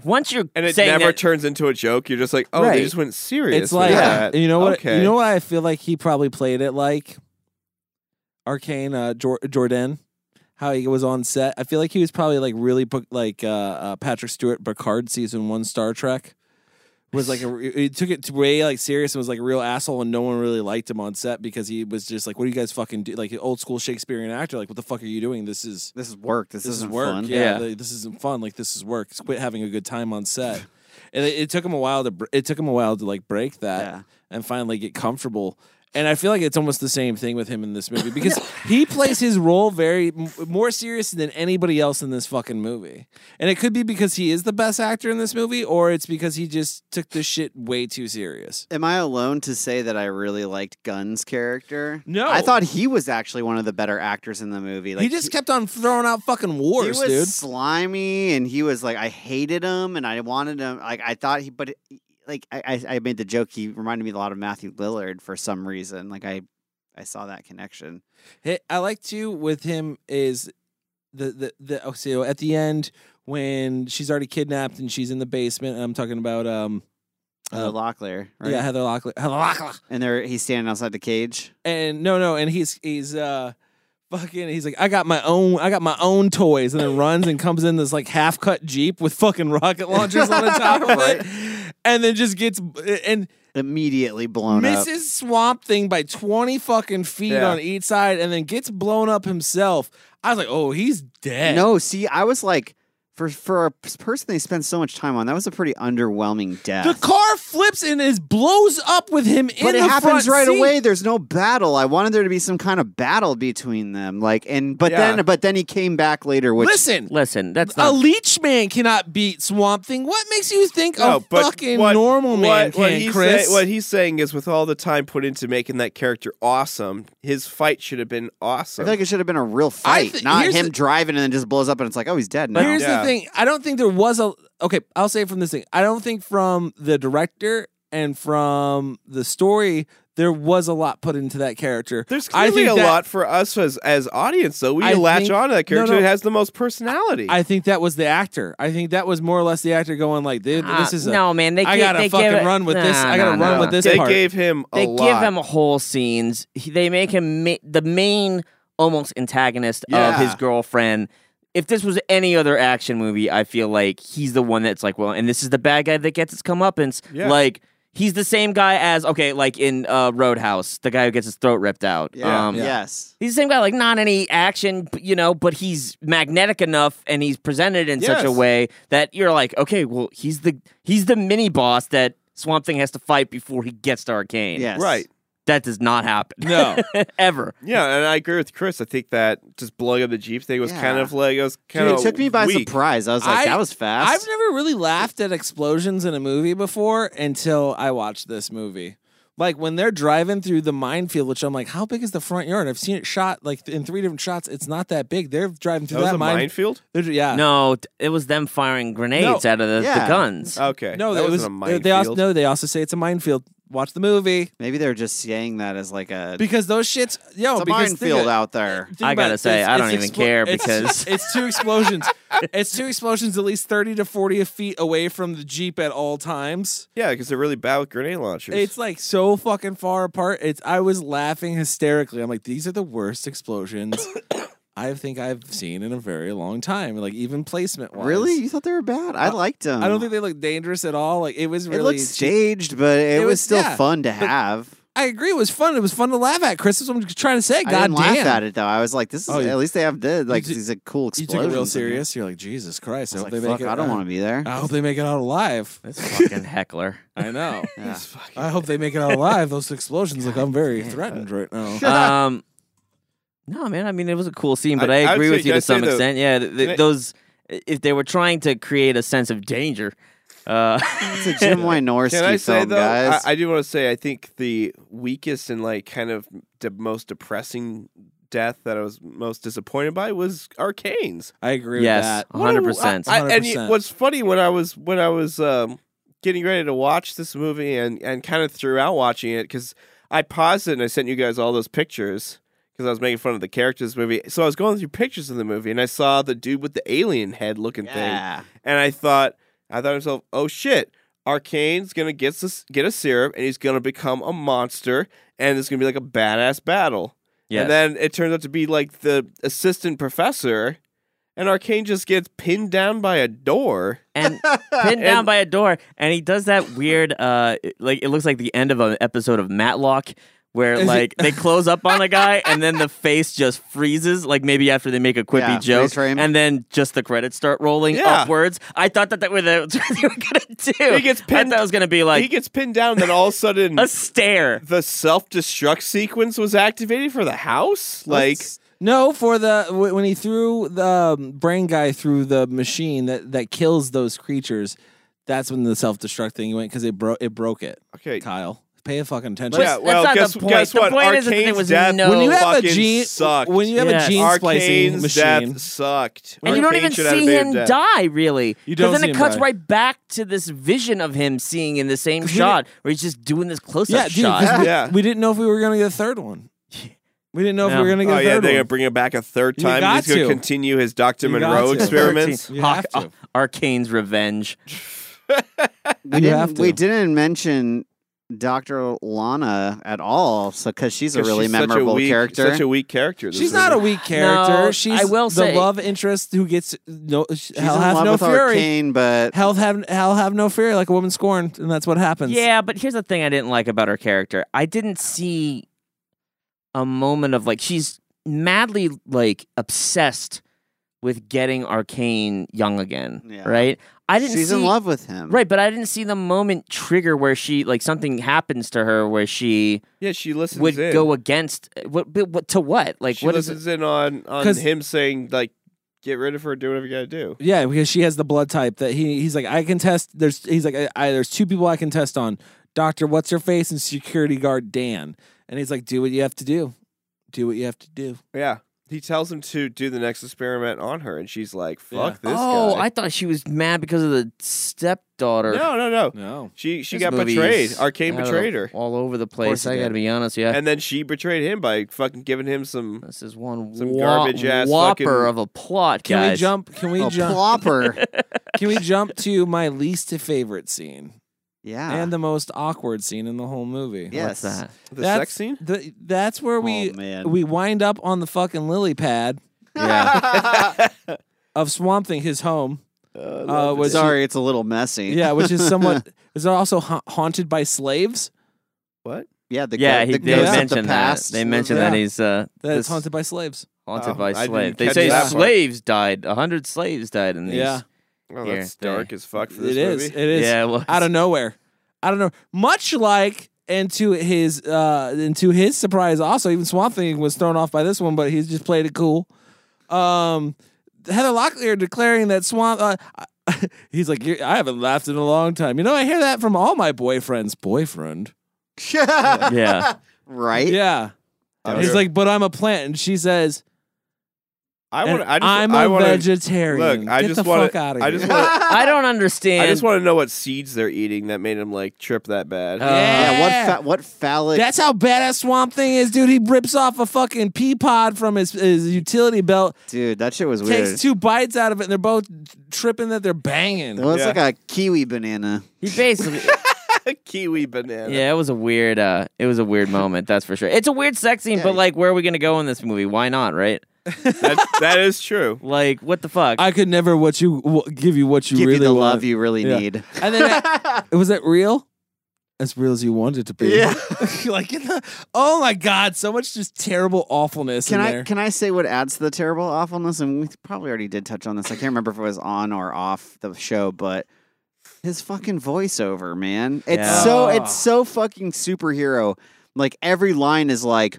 D: once you're
N: And it
D: saying
N: never
D: that-
N: turns into a joke. You're just like, oh,
D: Right.
N: they just went serious.
A: It's
N: with
A: like
N: that.
A: you know what
N: Okay.
A: you know what I feel like he probably played it like Arcane uh, Jor- Jordan, how he was on set. I feel like he was probably like really book- like uh, uh, Patrick Stewart Picard season one Star Trek was like a, re- he took it to way like serious and was like a real asshole and no one really liked him on set because he was just like what do you guys fucking do like an old school Shakespearean actor like what the fuck are you doing this is
M: this is work this,
A: is
M: isn't
A: work
M: fun.
A: yeah,
M: Yeah.
A: like, this isn't fun like this is work Just quit having a good time on set and it, it took him a while to br- it took him a while to like break that and finally get comfortable and I feel like it's almost the same thing with him in this movie because he plays his role very m- more serious than anybody else in this fucking movie. And it could be because he is the best actor in this movie, or it's because he just took this shit way too serious.
M: Am I alone to say that I really liked Gunn's character?
A: No.
M: I thought he was actually one of the better actors in the movie. Like
A: he just kept on throwing out fucking
M: he
A: wars,
M: was
A: dude.
M: slimy, and he was like I hated him, and I wanted him. Like I thought he, but like I, I- I made the joke. He reminded me a lot of Matthew Lillard for some reason. Like I, I saw that connection.
A: Hey, I like too with him is the the the oh, so at the end when she's already kidnapped and she's in the basement. And I'm talking about um
M: Heather
A: Uh,
M: Locklear, right?
A: yeah Heather Locklear Heather Locklear
M: and there he's standing outside the cage.
A: and no no and he's he's uh fucking he's like I got my own I got my own toys and then runs and comes in this like half cut jeep with fucking rocket launchers on the top of it and then just gets and
M: Immediately blown up.
A: misses Swamp Thing by 20 fucking feet
M: Yeah.
A: on each side and then gets blown up himself. I was like, oh, he's dead.
M: No, see, I was like, for for a p- person they spend so much time on, that was a pretty underwhelming death.
A: The car flips and is blows up with him in
M: but
A: the
M: it happens
A: front
M: right
A: seat.
M: away. There's no battle. I wanted there to be some kind of battle between them. Like, and but
A: Yeah.
M: then but then he came back later. Which
A: Listen,
D: Listen, that's
A: a
D: not
A: leech man cannot beat Swamp Thing. What makes you think
N: No,
A: a
N: but
A: fucking
N: what-
A: normal man
N: what
A: can,
N: he's
A: Chris?
N: say- what he's saying is, with all the time put into making that character awesome, his fight should have been
M: I
N: awesome.
M: feel like it should have been a real fight,
A: thi-
M: not
A: here's
M: him
A: the-
M: driving and then just blows up and it's like, oh, he's dead now.
A: But here's the thing: I don't think there was a. Okay, I'll say from this thing: I don't think from the director and from the story there was a lot put into that character.
N: There's
A: I
N: clearly
A: think
N: a
A: that-
N: lot for us as as audience, though. We
A: I
N: latch
A: think-
N: on to that
A: no,
N: character.
A: no.
N: It has the most personality.
A: I think that was the actor. I think that was more or less the actor going like, "Dude,
D: Ah,
A: "This is a,
D: no man. They
A: I
D: gi-
A: gotta
D: they
A: fucking
D: give it-
A: run with this.
D: Nah,
A: I gotta
D: nah,
A: run
D: nah.
A: with this
N: they
A: part."
N: gave him a
D: They
N: lot.
D: give him whole scenes. He, they make him ma- the main almost antagonist of
N: Yeah.
D: his girlfriend. If this was any other action movie, I feel like he's the one that's like, well, and this is the bad guy that gets his comeuppance.
N: Yeah.
D: Like he's the same guy as okay, like in uh, Roadhouse, the guy who gets his throat ripped out.
M: Yeah.
D: Um,
M: Yes.
D: He's the same guy, like not any action, b- you know, but he's magnetic enough and he's presented in such a
N: Yes.
D: way that you're like, okay, well, he's the he's the mini boss that Swamp Thing has to fight before he gets to Arcane.
M: Yes.
N: right.
D: That does not happen.
A: No.
D: Ever.
N: Yeah, and I agree with Chris. I think that just blowing up the Jeep thing was kind
M: Yeah.
N: of like it was kind
M: Dude, it
N: of
M: took me by
N: weak.
M: surprise. I was like,
A: I-
M: that was fast.
A: I've never really laughed at explosions in a movie before until I watched this movie. Like when they're driving through the minefield, which I'm like, how big is the front yard? I've seen it shot like in three different shots. It's not that big. They're driving through
N: That was a
A: mine-
N: minefield.
A: they're-
N: Uh,
A: Yeah.
D: No, t- it was them firing grenades
A: No.
D: out of the,
M: Yeah.
D: the guns.
N: Okay,
A: No,
N: that
A: it
N: wasn't
A: was.
N: a
A: they-
N: minefield.
A: they also no. They also say it's a minefield. Watch the movie
M: Maybe they were just saying that as like a,
A: because those shits. Yo,
M: it's a
A: because think
M: minefield
A: of-
M: out there.
A: Think
D: I
A: about
D: gotta
A: it.
D: say,
A: It's-
D: I don't
A: it's
D: even care
A: it's-
D: because-
A: it's two explosions. it's two explosions at least thirty to forty feet away from the jeep at all times.
N: yeah, because they're really bad with grenade launchers.
A: It's like so fucking far apart. It's I was laughing hysterically. I'm like, these are the worst explosions I think I've seen in a very long time. Like even placement wise.
M: Really? You thought they were bad? I liked them.
A: I don't think they look dangerous at all. Like it was
M: it
A: really
M: looked staged, but
A: It
M: it, was,
A: was-
M: still
A: yeah,
M: fun to
A: but-
M: have.
A: I agree. It was fun. It was fun to laugh at. Chris is what I'm trying to say.
M: I
A: God
M: didn't
A: damn.
M: laugh at it though. I was like, this is
A: Oh, you-
M: at least they have did like
A: took-
M: these are cool
A: You
M: explosions.
A: took it real
M: in there.
A: serious. You're like Jesus Christ. I,
M: I
A: hope
M: was
A: they make
M: like, fuck,
A: it. uh,
M: I don't want to be there.
A: I hope they make it out alive.
D: Fucking heckler.
A: I know.
M: Yeah.
A: I hope they make it out alive. Those explosions look I'm very threatened right now.
D: um, no, man. I mean, it was a cool scene, but I,
N: I- I would
D: agree
N: say-
D: with you
N: can I
D: to some
N: say the-
D: extent. Yeah, th- th-
N: can I-
D: those if they were trying to create a sense of danger. Uh,
M: It's a Jim Wynorski
N: Can I say
M: film,
N: though?
M: guys.
N: I, I do want to say I think the weakest and like kind of the most depressing death that I was most disappointed by was Arcane's.
A: I agree
D: Yes, with that. 100%.
N: What a- I- and you- what's funny when I was when I was um, getting ready to watch this movie and and kind of throughout watching it because I paused it and I sent you guys all those pictures because I was making fun of the characters of the movie. So I was going through pictures of the movie and I saw the dude with the alien head looking
M: Yeah.
N: thing, and I thought I thought to myself, oh shit. Arcane's gonna get this, get a syrup, and he's gonna become a monster, and it's gonna be like a badass battle.
D: Yes.
N: And then it turns out to be like the assistant professor, and Arcane just gets pinned down by a door.
D: and pinned down by a door, and he does that weird, uh, it- like it looks like the end of an episode of Matlock, where like they close up on a guy, and then the face just freezes, like maybe after they make a quippy
M: Yeah, freeze
D: joke,
M: frame.
D: and then just the credits start rolling
N: Yeah.
D: upwards. I thought that that was what they were gonna do.
N: He gets
D: I
N: pinned-
D: thought it was gonna be like
N: he gets pinned down, then all of a sudden,
D: a stare.
N: the self destruct sequence was activated for the house. Like,
A: No, for the wh- when he threw the um, brain guy through the machine that that kills those creatures, that's when the self destruct thing went because it broke it broke it.
N: Okay.
A: Kyle, pay a fucking attention.
N: yeah, well,
D: not the
N: guess,
D: point.
N: guess
D: The
N: what?
D: point is that
N: Arcane's
D: there was
N: death
D: no- When you
A: have a
N: fucking
A: gene-
N: sucked.
A: when you have a
D: Yes.
A: gene splicing
N: Arcane's
A: machine-
N: death sucked.
D: And you don't
N: Arcane
D: even
N: should have
D: see
N: been
D: him
N: dead.
D: die, really.
A: You
D: Because
A: don't
D: then
A: see him
D: it cuts
A: die.
D: right back to this vision of him seeing in the same shot, where he's just doing this close-up
A: yeah, dude. 'cause
D: shot.
A: we,
N: Yeah.
A: we didn't know if we were gonna get a third one. We didn't know if
D: Yeah.
A: we were gonna get
N: Oh
A: a
N: yeah,
A: third
N: they're gonna
A: one.
N: bring it back a third
A: You
N: time.
A: got
N: He's gonna
A: to.
N: continue his Dr.
A: You
N: Monroe
A: got to.
N: experiments.
A: You have to.
D: uh, Arcane's revenge.
M: We
A: You have
M: didn't, we
A: to.
M: didn't mention Dr. Lana at all, so because she's a
N: 'Cause
M: really
N: she's such
M: memorable
N: a weak,
M: character.
N: Such a weak character. in this
A: She's not a
N: movie.
A: weak character.
D: No,
A: She's
D: I will
A: the
D: say-
A: love interest who gets no. She's
M: she's
A: hell
M: in
A: have
M: love
A: no
M: with
A: fury.
M: Arcane, but
A: Hell have hell have no fear, like a woman scorned, and that's what happens.
D: Yeah, but here's the thing I didn't like about her character. I didn't see a moment of like she's madly like obsessed with getting Arcane young again,
M: Yeah.
D: right? I didn't
M: she's
D: see
M: in love with him.
D: Right, but I didn't see the moment trigger where she like something happens to her where she
N: Yeah, she listens
D: would
N: in.
D: go against uh, what, but what to what? Like
N: she
D: what is
N: listens
D: it?
N: in on on
A: 'Cause-
N: him saying like, get rid of her, do whatever you gotta do.
A: Yeah, because she has the blood type that he he's like I can test. There's he's like I, I there's two people I can test on. Doctor, what's her face, and security guard Dan. And he's like, do what you have to do. Do what you have to do.
N: Yeah, he tells him to do the next experiment on her, and she's like, fuck this
D: Oh,
N: guy.
D: I thought she was mad because of the stepdaughter.
N: no, no, no.
A: No.
N: She she
D: This
N: got
D: movie
N: betrayed.
D: is
N: Arcane
D: out of-
N: betrayed her,
D: all over the
M: course
D: place.
M: it
D: I got to
M: did.
D: be honest, yeah.
N: and then she betrayed him by fucking giving him some.
D: This is one
N: Some
D: wha-
N: garbage-ass
D: whopper
N: fucking-
D: of a plot,
A: Can
D: guys.
A: we jump? Can we
N: Oh,
M: a
A: jump?
M: Oh, plopper.
A: Can we jump to my least favorite scene
N: Ah.
M: yeah.
A: and the most awkward scene in the whole movie?
M: yes.
D: What's that?
N: The
A: That's-
N: sex scene.
A: the- that's where we
M: Oh, man.
A: we wind up on the fucking lily pad of Swamp Thing, his home. Uh, was
M: Sorry, it's a little messy.
A: Yeah, which is somewhat is also ha- haunted by slaves.
N: What?
M: Yeah, the
D: yeah,
M: go-
D: he,
M: the
D: they
M: ghost of
D: mentioned
M: the past.
D: that. They mentioned that
A: Yeah.
D: he's uh,
A: That
D: this
A: it's haunted by slaves.
D: haunted
N: Oh,
D: by
N: I didn't
D: slaves. They
N: catch
D: say
N: that part.
D: slaves died. A hundred slaves died in these.
A: Yeah,
N: Oh,
D: Here,
N: that's
D: there.
N: dark as fuck for this
A: it is.
N: movie.
A: It is.
D: Yeah, it was.
A: out of nowhere. I don't know. Much like and to his uh and to his surprise also even Swamp Thing was thrown off by this one, but he's just played it cool. Um Heather Locklear declaring that Swamp uh, he's like "You're- I haven't laughed in a long time. You know, I hear that from all my boyfriends. Boyfriend.
D: yeah.
M: right?
A: Yeah.
N: I
A: He's
N: would-
A: like, but I'm a plant, and she says,
N: I
A: and
N: want. I just.
A: I'm
N: I
A: a
N: wanna,
A: vegetarian.
N: Look, I
A: Get
N: just
A: the
N: wanna-
A: fuck out of
N: I
A: here.
N: just want.
D: I don't understand.
N: I just want to know what seeds they're eating that made him like trip that bad.
D: Uh,
M: Yeah,
A: Yeah.
M: what fa- what phallic
A: That's how badass Swamp Thing is, dude. He rips off a fucking pea pod from his, his utility belt,
M: dude, that shit was weird.
A: takes two bites out of it, and they're both tripping that they're banging.
M: it looks
N: Yeah.
M: like a kiwi banana.
D: he basically.
N: kiwi banana.
D: yeah, it was a weird. Uh, it was a weird moment. That's for sure. It's a weird sex scene, but like, where are we gonna go in this movie? Why not? Right?
N: That, that is true.
D: Like, what the fuck?
A: I could never what you w- give you what you
M: Give you
A: really
M: the
A: want.
M: love you really
A: Yeah.
M: need.
A: And then that- was that real? As real as you wanted it to be.
M: Yeah.
A: like, get the- oh my god, so much just terrible awfulness
M: Can
A: in
M: I
A: there.
M: can I say what adds to the terrible awfulness? And we probably already did touch on this. I can't remember if it was on or off the show, but his fucking voiceover, man. It's
D: Yeah.
M: so
A: Ah.
M: it's so fucking superhero. Like every line is like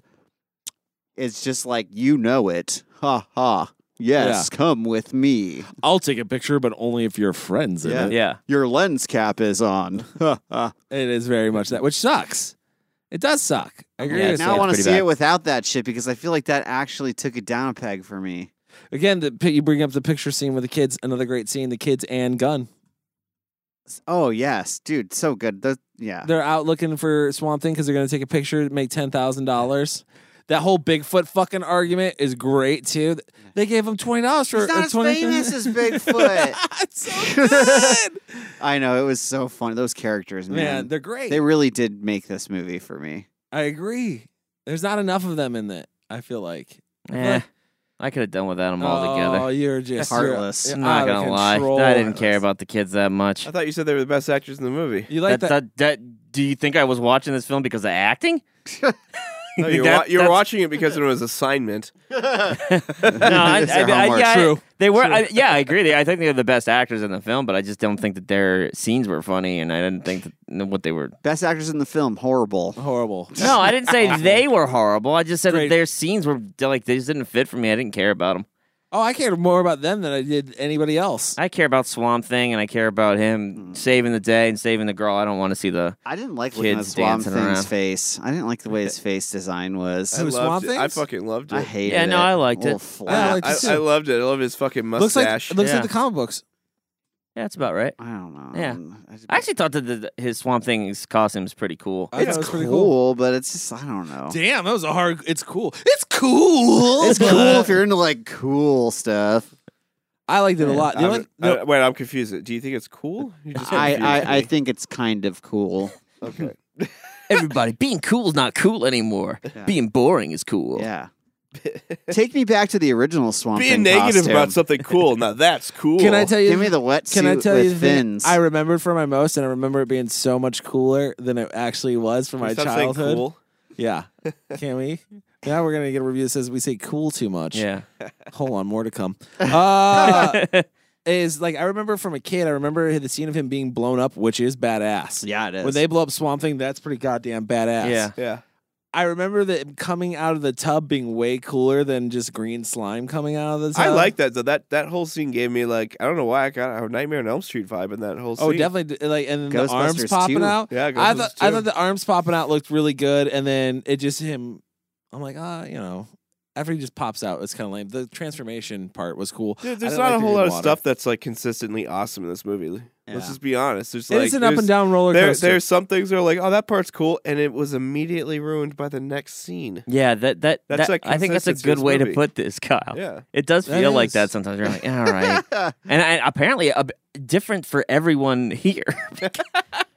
M: it's just like you know it. Ha ha. Yes, come with me.
A: I'll take a picture, but only if you're friends in
M: Yeah.
A: it.
D: yeah.
M: Your lens cap is on. Ha ha.
A: It is very much that, which sucks. It does suck. I agree.
M: Yeah,
A: with
M: now I
A: that.
M: want to see it without that shit because I feel like that actually took it down a peg for me.
A: Again, the pi- you bring up the picture scene with the kids. Another great scene. The kids and Gun.
M: Oh yes, dude, so good. The, yeah,
A: They're out looking for Swamp Thing because they're going to take a picture, make ten thousand dollars. That whole Bigfoot fucking argument is great too. They gave him twenty dollars for
M: He's not
A: a
M: as
A: 20
M: famous as Bigfoot.
A: It's so good.
M: I know it was so funny. Those characters, man,
A: Man, they're great.
M: They really did make this movie for me.
A: I agree. There's not enough of them in it. I feel like.
D: Eh, I could have done without them
A: Oh,
D: altogether.
A: you're just you're-
M: Heartless.
A: you're
D: I'm not
A: out of
D: gonna lie, I
A: control.
D: didn't care about the kids that much.
N: I thought you said they were the best actors in the movie.
A: You like
D: that,
A: that?
D: that- that- do you think I was watching this film because of acting?
N: No, you were,
D: That-
N: wa- you were
D: that's-
N: watching it because it was assignment.
D: No, I,
M: It's their
D: I- I-
M: homework.
D: yeah, I-
A: True.
D: They were. I, yeah, I agree. They, I think they're the best actors in the film, but I just don't think that their scenes were funny, and I didn't think that what they were.
M: Best actors in the film, horrible.
A: Horrible.
D: No, I didn't say they were horrible. I just said
A: Great.
D: that their scenes were like they just didn't fit for me. I didn't care about them.
A: Oh, I cared more about them than I did anybody else.
D: I care about Swamp Thing, and I care about him
A: Mm.
D: saving the day and saving the girl. I don't want to see the.
M: I didn't like looking at
D: Kids
M: Swamp
D: dancing
M: Thing's
D: around.
M: face. I didn't like the way his face design was.
N: I
A: was
N: loved
A: Swamp
N: it. I
A: Things?
N: fucking loved
M: I
N: it.
M: hated
D: Yeah,
M: it.
D: no, I liked
M: Little
D: it.
A: I
M: Flat.
A: liked
N: I,
A: it
N: I
A: too.
N: loved it. I loved his fucking
A: Looks like
N: mustache.
A: looks
D: Yeah.
A: like the comic books.
D: Yeah, that's about right.
M: I, don't know.
D: Yeah.
M: Um, I,
D: I actually thought that the, his Swamp Thing's costume is pretty cool.
A: I thought
M: it's
A: it was
M: cool,
A: pretty cool.
M: but it's just I don't know.
A: Damn, that was a hard. It's cool. It's cool.
M: It's cool if you're into like cool stuff.
A: I liked it a lot. The
N: I'm-
A: only-
N: I- wait, I'm confused. Do you think it's cool? You just
M: I,
N: confused
M: I, I
N: me.
M: think it's kind of cool.
N: okay.
D: Everybody, being cool is not cool anymore. Being boring is cool.
M: Yeah. Take me back to the original Swamp
N: Being
M: Thing
N: negative
M: costume.
N: about something cool. Now that's cool.
A: can I tell you?
M: Give me the wetsuit
A: can I tell
M: with
A: you the thing
M: fins.
A: I remembered for my most, and I remember it being so much cooler than it actually was for
N: Can we
A: my
N: stop saying
A: childhood.
N: cool?
A: Yeah, can we? Now we're gonna get a review that says we say cool too much.
D: Yeah.
A: Hold on, more to come. Uh, is like I remember from a kid. I remember the scene of him being blown up, which is badass.
M: yeah, it is.
A: When they blow up Swamp Thing, that's pretty goddamn badass.
D: Yeah.
N: Yeah.
A: I remember that coming out of the tub being way cooler than just green slime coming out of the tub.
N: I like that though. That that whole scene gave me like I don't know why I got a Nightmare on Elm Street vibe in that whole scene.
A: Oh, definitely. d- Like, and then the arms
M: Ghostbusters
A: popping
M: 2.
A: out.
N: Yeah,
A: I thought
N: Ghostbusters
A: I
N: 2.
A: thought the arms popping out looked really good, and then it just him. I'm like, ah, you know, after he just pops out, it's kind of lame. The transformation part was cool.
N: Dude,
A: I
N: there's
A: didn't
N: not
A: like
N: a
A: the
N: whole lot
A: green
N: of
A: water.
N: stuff that's like consistently awesome in this movie.
M: Yeah.
N: Let's just be honest. There's
A: It
N: like
A: is an up and
N: there's-
A: down roller
N: There,
A: coaster.
N: there's some things that are like, oh, that part's cool, and it was immediately ruined by the next scene.
D: Yeah, that that,
N: That's
D: that
N: a
D: I think that's a
N: consistency of
D: good
N: this
D: way to
N: movie.
D: put this, Kyle.
N: Yeah.
D: It does
A: That
D: feel like
A: is.
D: that sometimes. You're like, all right, and I, apparently a, b- different for everyone here.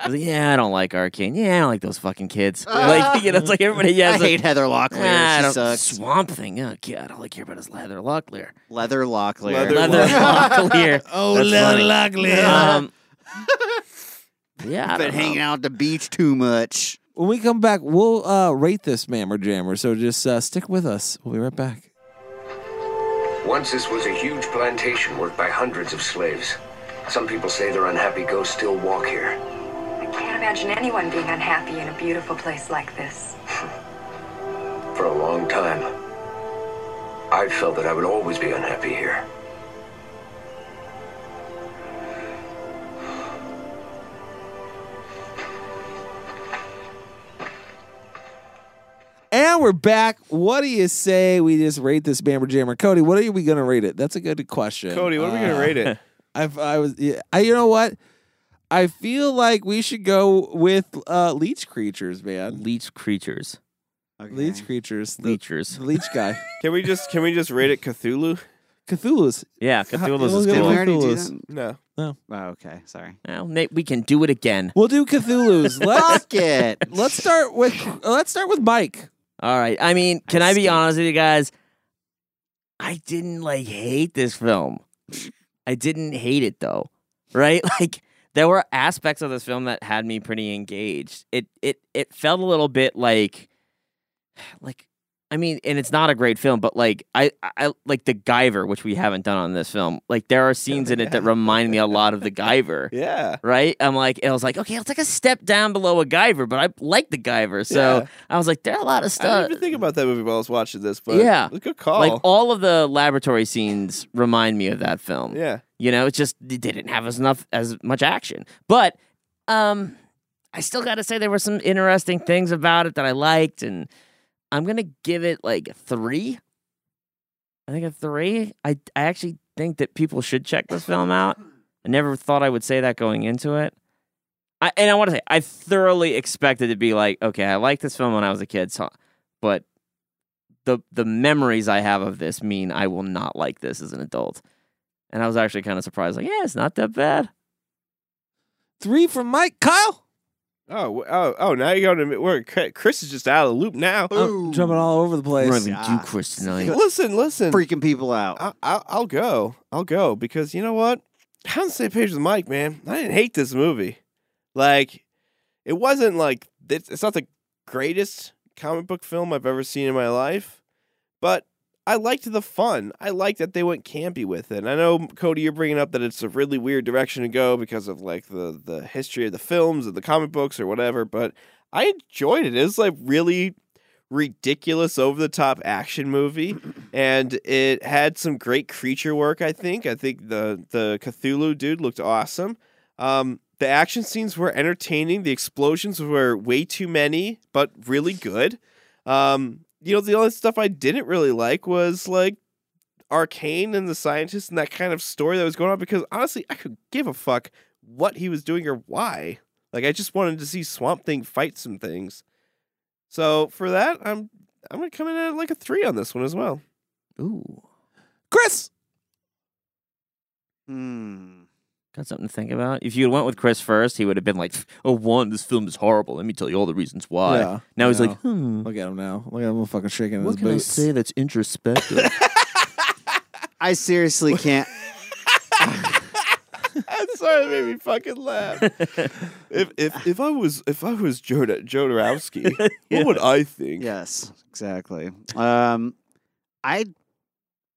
D: I was like, yeah, I don't like Arcane. Yeah, I don't like those fucking kids. like you know, it's like everybody
M: I
D: has. a-
M: hate Heather Locklear.
D: Ah, I
M: she
D: don't-
M: sucks.
D: Swamp Thing. Oh god, all I care about is Leather Locklear.
M: Leather Locklear.
N: Leather
D: Leather Locklear.
A: Oh,
D: That's
A: Leather
D: funny.
A: Locklear.
D: Um, yeah, I
M: Been
D: don't know.
M: hanging out at the beach too much.
A: When we come back, we'll uh, rate this Mammer Jammer. So just uh, stick with us. We'll be right back.
O: Once this was a huge plantation worked by hundreds of slaves. Some people say their unhappy ghosts still walk here.
F: I can't imagine anyone being unhappy in a beautiful place like this.
O: For a long time, I felt that I would always be unhappy here.
A: And we're back. What do you say we just rate this Mammer Jammer, Cody? What are we gonna rate it? That's a good question,
N: Cody, what are we gonna
A: Uh,
N: rate it?
A: I've, I was, yeah, I, you know what? I feel like we should go with uh, leech creatures, man.
D: leech creatures.
M: Okay.
A: Leech creatures, the,
D: Leechers.
A: the leech guy,
N: Can we just can we just rate it Cthulhu?
A: Cthulhu's.
D: Yeah,
A: Let's
D: Cthulhu's is
A: go
M: Did we
D: cool.
A: with-
M: already do
A: Cthulhu's.
M: that?
N: No.
M: Oh, okay. Sorry.
D: Well, Nate, we can do it again.
A: We'll do Cthulhu's. let's
M: Fuck it.
A: let's start with let's start with Mike.
D: All right. I mean, can I be
M: Excellent.
D: honest with you guys? I didn't like hate this film. I didn't hate it though. Right? Like there were aspects of this film that had me pretty engaged. It it it felt a little bit like like I mean, and it's not a great film, but like I, I like the Guyver, which we haven't done on this film. Like there are scenes in it that remind me a lot of the Guyver.
N: Yeah.
D: Right? I'm like, I was like, okay, I'll take a step down below a Guyver, but I like the Guyver. So
N: Yeah.
D: I was like, there are a lot of
N: I didn't
D: stuff.
N: even think about that movie while I was watching this, but
D: Yeah.
N: it was a good call.
A: oh
D: Like all of the laboratory scenes remind me of that film.
N: yeah.
D: You know, it's just they didn't have as enough as much action. But um I still got to say there were some interesting things about it that I liked, and I'm gonna give it like a three. I think a three. I I actually think that people should check this film out. I never thought I would say that going into it. I and I want to say I thoroughly expected to be like, okay, I liked this film when I was a kid, so but the the memories I have of this mean I will not like this as an adult. And I was actually kind of surprised, like, yeah, it's not that bad.
A: Three from Mike Kyle.
N: Oh, oh, oh! Now you're going to where Chris is just out of the loop now.
A: I'm jumping Oh, all over the place.
D: Running to Chris tonight.
N: Listen, listen,
M: freaking people out.
N: I, I, I'll go. I'll go because you know what? I'm on the same page with Mike, man. I didn't hate this movie. Like, it wasn't like it's, it's not the greatest comic book film I've ever seen in my life, but I liked the fun. I liked that they went campy with it. And I know Cody, you're bringing up that it's a really weird direction to go because of like the the history of the films and the comic books or whatever. But I enjoyed it. It was like really ridiculous, over the top action movie, and it had some great creature work. I think. I think the the Cthulhu dude looked awesome. Um, the action scenes were entertaining. The explosions were way too many, but really good. Um, you know, the only stuff I didn't really like was like Arcane and the scientist and that kind of story that was going on because honestly, I could give a fuck what he was doing or why. Like, I just wanted to see Swamp Thing fight some things. So for that, I'm I'm gonna come in at like a three on this one as well.
D: Ooh,
A: Chris.
M: Hmm.
D: Got something to think about. If you went with Chris first, he would have been like, "Oh, one, this film is horrible. Let me tell you all the reasons why."
A: Yeah,
D: now he's
A: know.
D: like, "Hmm,
A: Look at him now. Look at him fucking shaking
D: what
A: his
D: can
A: boots.
D: I say that's introspective?"
M: I seriously can't.
N: I'm sorry, that made me fucking laugh. if if if I was if I was Jod- Jodorowsky, what would I think?
M: yes, exactly. Um, I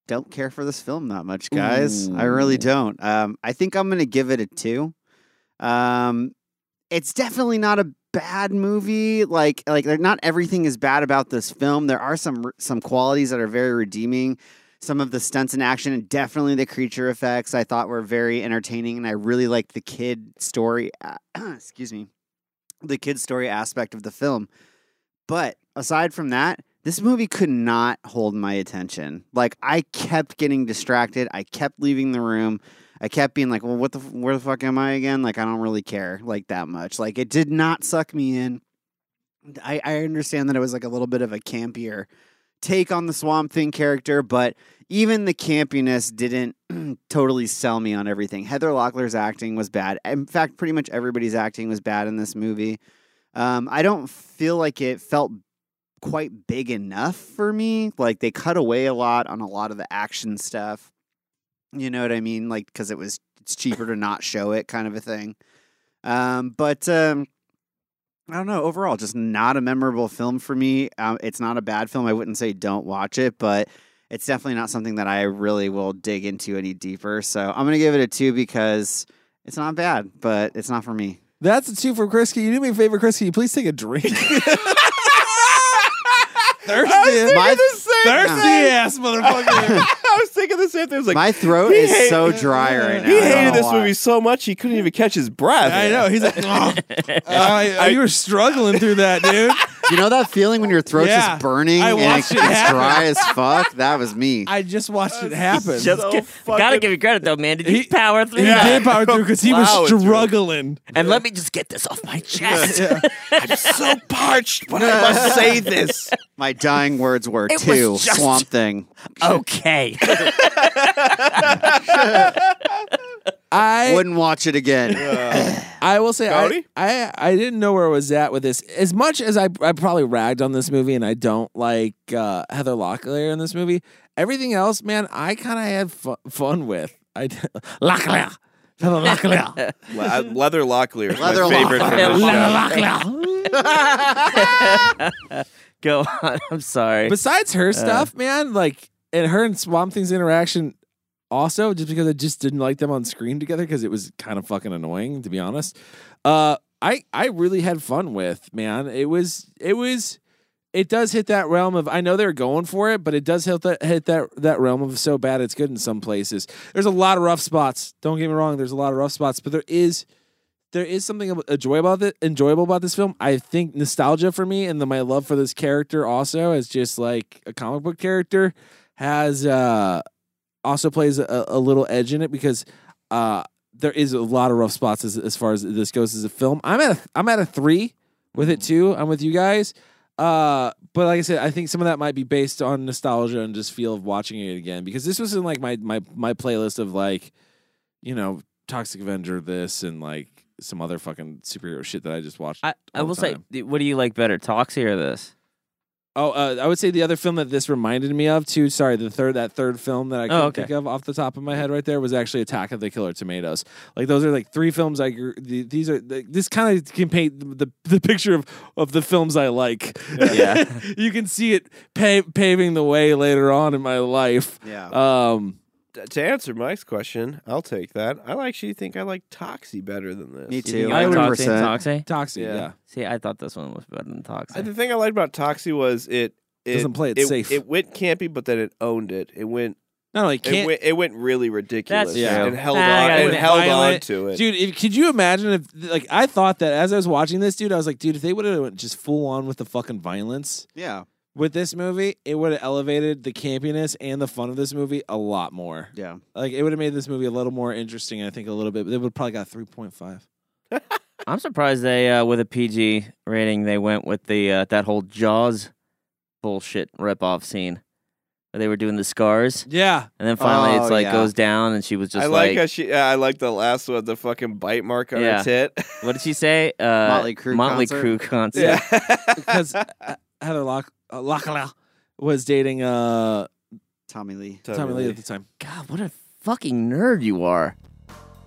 M: don't care for this film that much, guys. I really don't. Um, I think I'm gonna give it a two. Um, it's definitely not a bad movie. Like like they're- not everything is bad about this film. There are some some qualities that are very redeeming. Some of the stunts in action and definitely the creature effects I thought were very entertaining, and I really liked the kid story. excuse me, the kid story aspect of the film. But aside from that, this movie could not hold my attention. Like I kept getting distracted. I kept leaving the room. I kept being like, "Well, what the f- where the fuck am I again?" Like I don't really care like that much. Like it did not suck me in. I I understand that it was like a little bit of a campier take on the Swamp Thing character, but even the campiness didn't totally sell me on everything. Heather Locklear's acting was bad. In fact, pretty much everybody's acting was bad in this movie. Um, I don't feel like it felt quite big enough for me. Like they cut away a lot on a lot of the action stuff. You know what I mean? Like because it was it's cheaper to not show it, kind of a thing. Um, but um, I don't know. Overall, just not a memorable film for me. Um, it's not a bad film. I wouldn't say don't watch it, but it's definitely not something that I really will dig into any deeper. So I'm gonna give it a two because it's not bad, but it's not for me.
A: That's a two from Chris. Can you do me a favor, Chris? Can you please take a drink? thirsty,
M: My-
A: thirsty
M: thing.
A: ass motherfucker.
N: I was thinking the same thing. I was like,
M: My throat
N: He
M: is
N: hate-
M: so dry right now. I
N: He
M: don't know
N: hated this
M: why.
N: movie so much he couldn't even catch his breath.
A: I know. He's like, oh, I-
N: I-
A: Oh, you were struggling through that, dude.
M: You know that feeling when your throat's
A: Yeah.
M: just burning
A: I
M: and it- it's
A: watched it happen.
M: dry as fuck? That was me.
A: I just watched it happen.
D: Just
N: So
D: gi-
N: fucking-
D: gotta give you credit though, man. Did you
A: He-
D: power through
A: he
D: that?
A: did power through because he was
N: Wow, it's real.
A: struggling.
D: And let me just get this off my chest.
N: I'm so parched, but I must say this.
M: My dying words were
D: It was
M: too
D: just-
M: swamp thing.
D: okay.
A: I
M: Wouldn't watch it again.
A: I will say I,
N: Cody?
A: I I didn't know where I was at with this. As much as I I probably ragged on this movie and I don't like uh, Heather Locklear in this movie, everything else, man, I kind of had fu- fun with. I Locklear. Heather Locklear.
N: Le- uh, leather Locklear is my
M: Leather
N: favorite
M: Locklear.
N: from the show.
D: Go on. I'm sorry.
A: Besides her stuff, man, like and her and Swamp Thing's interaction also just because I just didn't like them on screen together because it was kind of fucking annoying to be honest. Uh I I really had fun with, man. It was it was it does hit that realm of I know they're going for it, but it does hit that hit that that realm of so bad it's good in some places. There's a lot of rough spots. Don't get me wrong, there's a lot of rough spots, but there is there is something ab- enjoyable about it, enjoyable about this film. I think nostalgia for me and the, my love for this character also as just like a comic book character has uh also plays a, a little edge in it because uh there is a lot of rough spots as, as far as this goes as a film. I'm at a, I'm at a three with
D: Mm.
A: it too. I'm with you guys. Uh, but like I said, I think some of that might be based on nostalgia and just feel of watching it again because this was in like my my my playlist of like, you know, Toxic Avenger this and like some other fucking superhero shit that I just watched.
D: I, I
A: all the
D: will say,
A: time.
D: th- what do you like better, Toxie or this?
A: Oh, uh, I would say the other film that this reminded me of too. Sorry, the third that third film that I couldn't
D: Oh, okay.
A: think of off the top of my head right there was actually Attack of the Killer Tomatoes. Like those are like three films I grew. The, these are the, this kind of can paint the, the the picture of of the films I like.
D: Yeah.
A: you can see it pa- paving the way later on in my life.
N: Yeah.
A: Um.
N: T- to answer Mike's question, I'll take that. I actually think I like Toxie better than this.
M: Me too.
D: You
A: I
D: like
A: would-
D: Toxie and
A: 100%.
D: Toxie?
A: Toxic. Yeah.
D: See, I thought this one was better than
N: I- the
D: Toxie.
N: thing I liked about Toxie was it, it
A: Doesn't play it safe.
N: It went campy, but then it owned it. It went.
A: No, it
N: It
A: can't.
N: went, it went really
D: That's
N: ridiculous.
D: true.
N: And held
D: Nah, I
N: on.
D: gotta
N: And
D: admit,
N: held on
A: violent.
N: to it.
A: Dude, if, could you imagine if like I thought that as I was watching this, dude, I was like, dude, if they would have just full on with the fucking violence
M: Yeah.
A: with this movie, it would have elevated the campiness and the fun of this movie a lot more.
M: Yeah.
A: Like it would have made this movie a little more interesting, I think a little bit. They would probably got three point five.
D: I'm surprised they, uh, with a PG rating, they went with the uh, that whole Jaws bullshit ripoff scene where they were doing the scars,
A: Yeah.
D: and then finally
M: Oh,
D: it's like
M: yeah.
D: goes down, and she was just
N: I like, how she. yeah, I like the last one, the fucking bite mark on
D: Yeah.
N: her tit.
D: what did she say? Uh,
M: Motley Crue
D: Motley
M: concert?
D: Crue concert.
N: yeah.
A: Because uh, Heather Lock uh, Locklear was dating uh
M: Tommy Lee.
A: Tommy Lee at the time.
D: God, what a fucking nerd you are.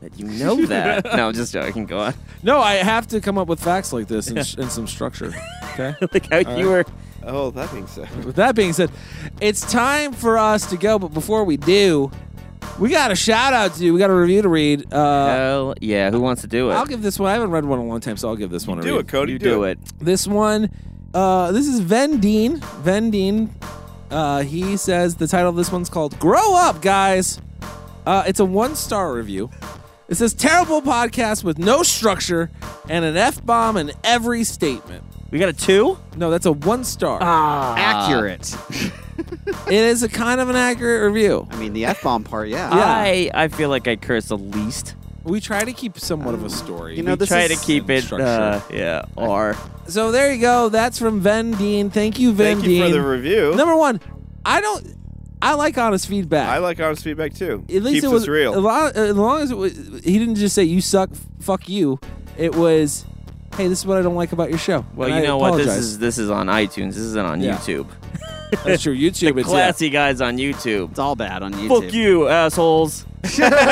D: That you know that. no, I'm just joking. Go on.
A: No, I have to come up with facts like this and, and some structure. Okay.
D: like how you were.
N: Oh, that being said,
A: With that being said, it's time for us to go. But before we do, we got a shout out to do. We got a review to read. Uh,
D: Hell yeah. Who wants to do it?
A: I'll give this one. I haven't read one in a long time, so I'll give this one a
N: do
A: read.
N: it, Cody.
D: you do it.
A: This one, uh, this is Vendine. Vendine. Uh, he says the title of this one's called Grow Up, Guys. Uh, it's a one star review. It says terrible podcast with no structure and an F bomb in every statement.
D: We got a two?
A: No, that's a one star.
D: Uh,
M: Accurate.
A: It is a kind of an accurate review.
M: I mean, the F bomb part, yeah.
A: Yeah.
D: I, I feel like I cursed the least.
A: We try to keep somewhat of a story.
M: you know,
D: we
M: this
D: try
M: is
D: to keep it.
A: structure.
D: Uh, yeah. Or
A: so there you go. That's from Vendine. Thank you, Vendine.
N: Thank you for the review.
A: Number one, I don't. I like honest feedback.
N: I like honest feedback too.
A: At least
N: Keeps
A: it was
N: us real.
A: a lot- as long as it was, he didn't just say you suck, f- fuck you. It was, hey, this is what I don't like about your show.
D: well,
A: And
D: you
A: I
D: know what? This
A: apologize.
D: is this is on iTunes. This isn't on
A: Yeah.
D: YouTube.
A: that's true. YouTube, it's yeah,
D: Classy guys on YouTube.
M: It's all bad on YouTube.
D: Fuck you, assholes.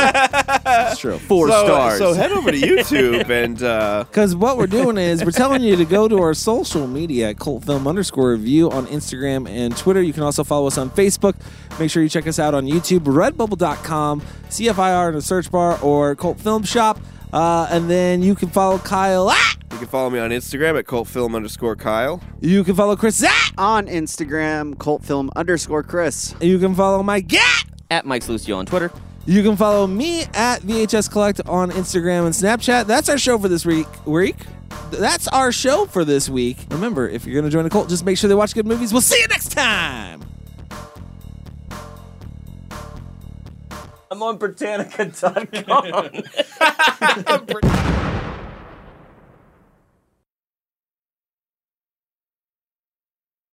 A: it's true.
D: Four
N: so,
D: stars.
N: So head over to YouTube and uh,
A: Because what we're doing is we're telling you to go to our social media at Cult Film underscore review on Instagram and Twitter. You can also follow us on Facebook. Make sure you check us out on YouTube, redbubble.com, CFIR in the search bar, or Cult Film Shop. Uh, and then you can follow Kyle at.
N: you can follow me on Instagram at cultfilm underscore Kyle.
A: You can follow Chris at.
M: On Instagram, cultfilm underscore Chris.
A: You can follow Mike at.
D: At Mike's Lucio on Twitter.
A: You can follow me at VHS Collect on Instagram and Snapchat. That's our show for this week. Week. That's our show for this week. Remember, if you're going to join a cult, just make sure they watch good movies. We'll see you next time.
D: I'm on Britannica.com.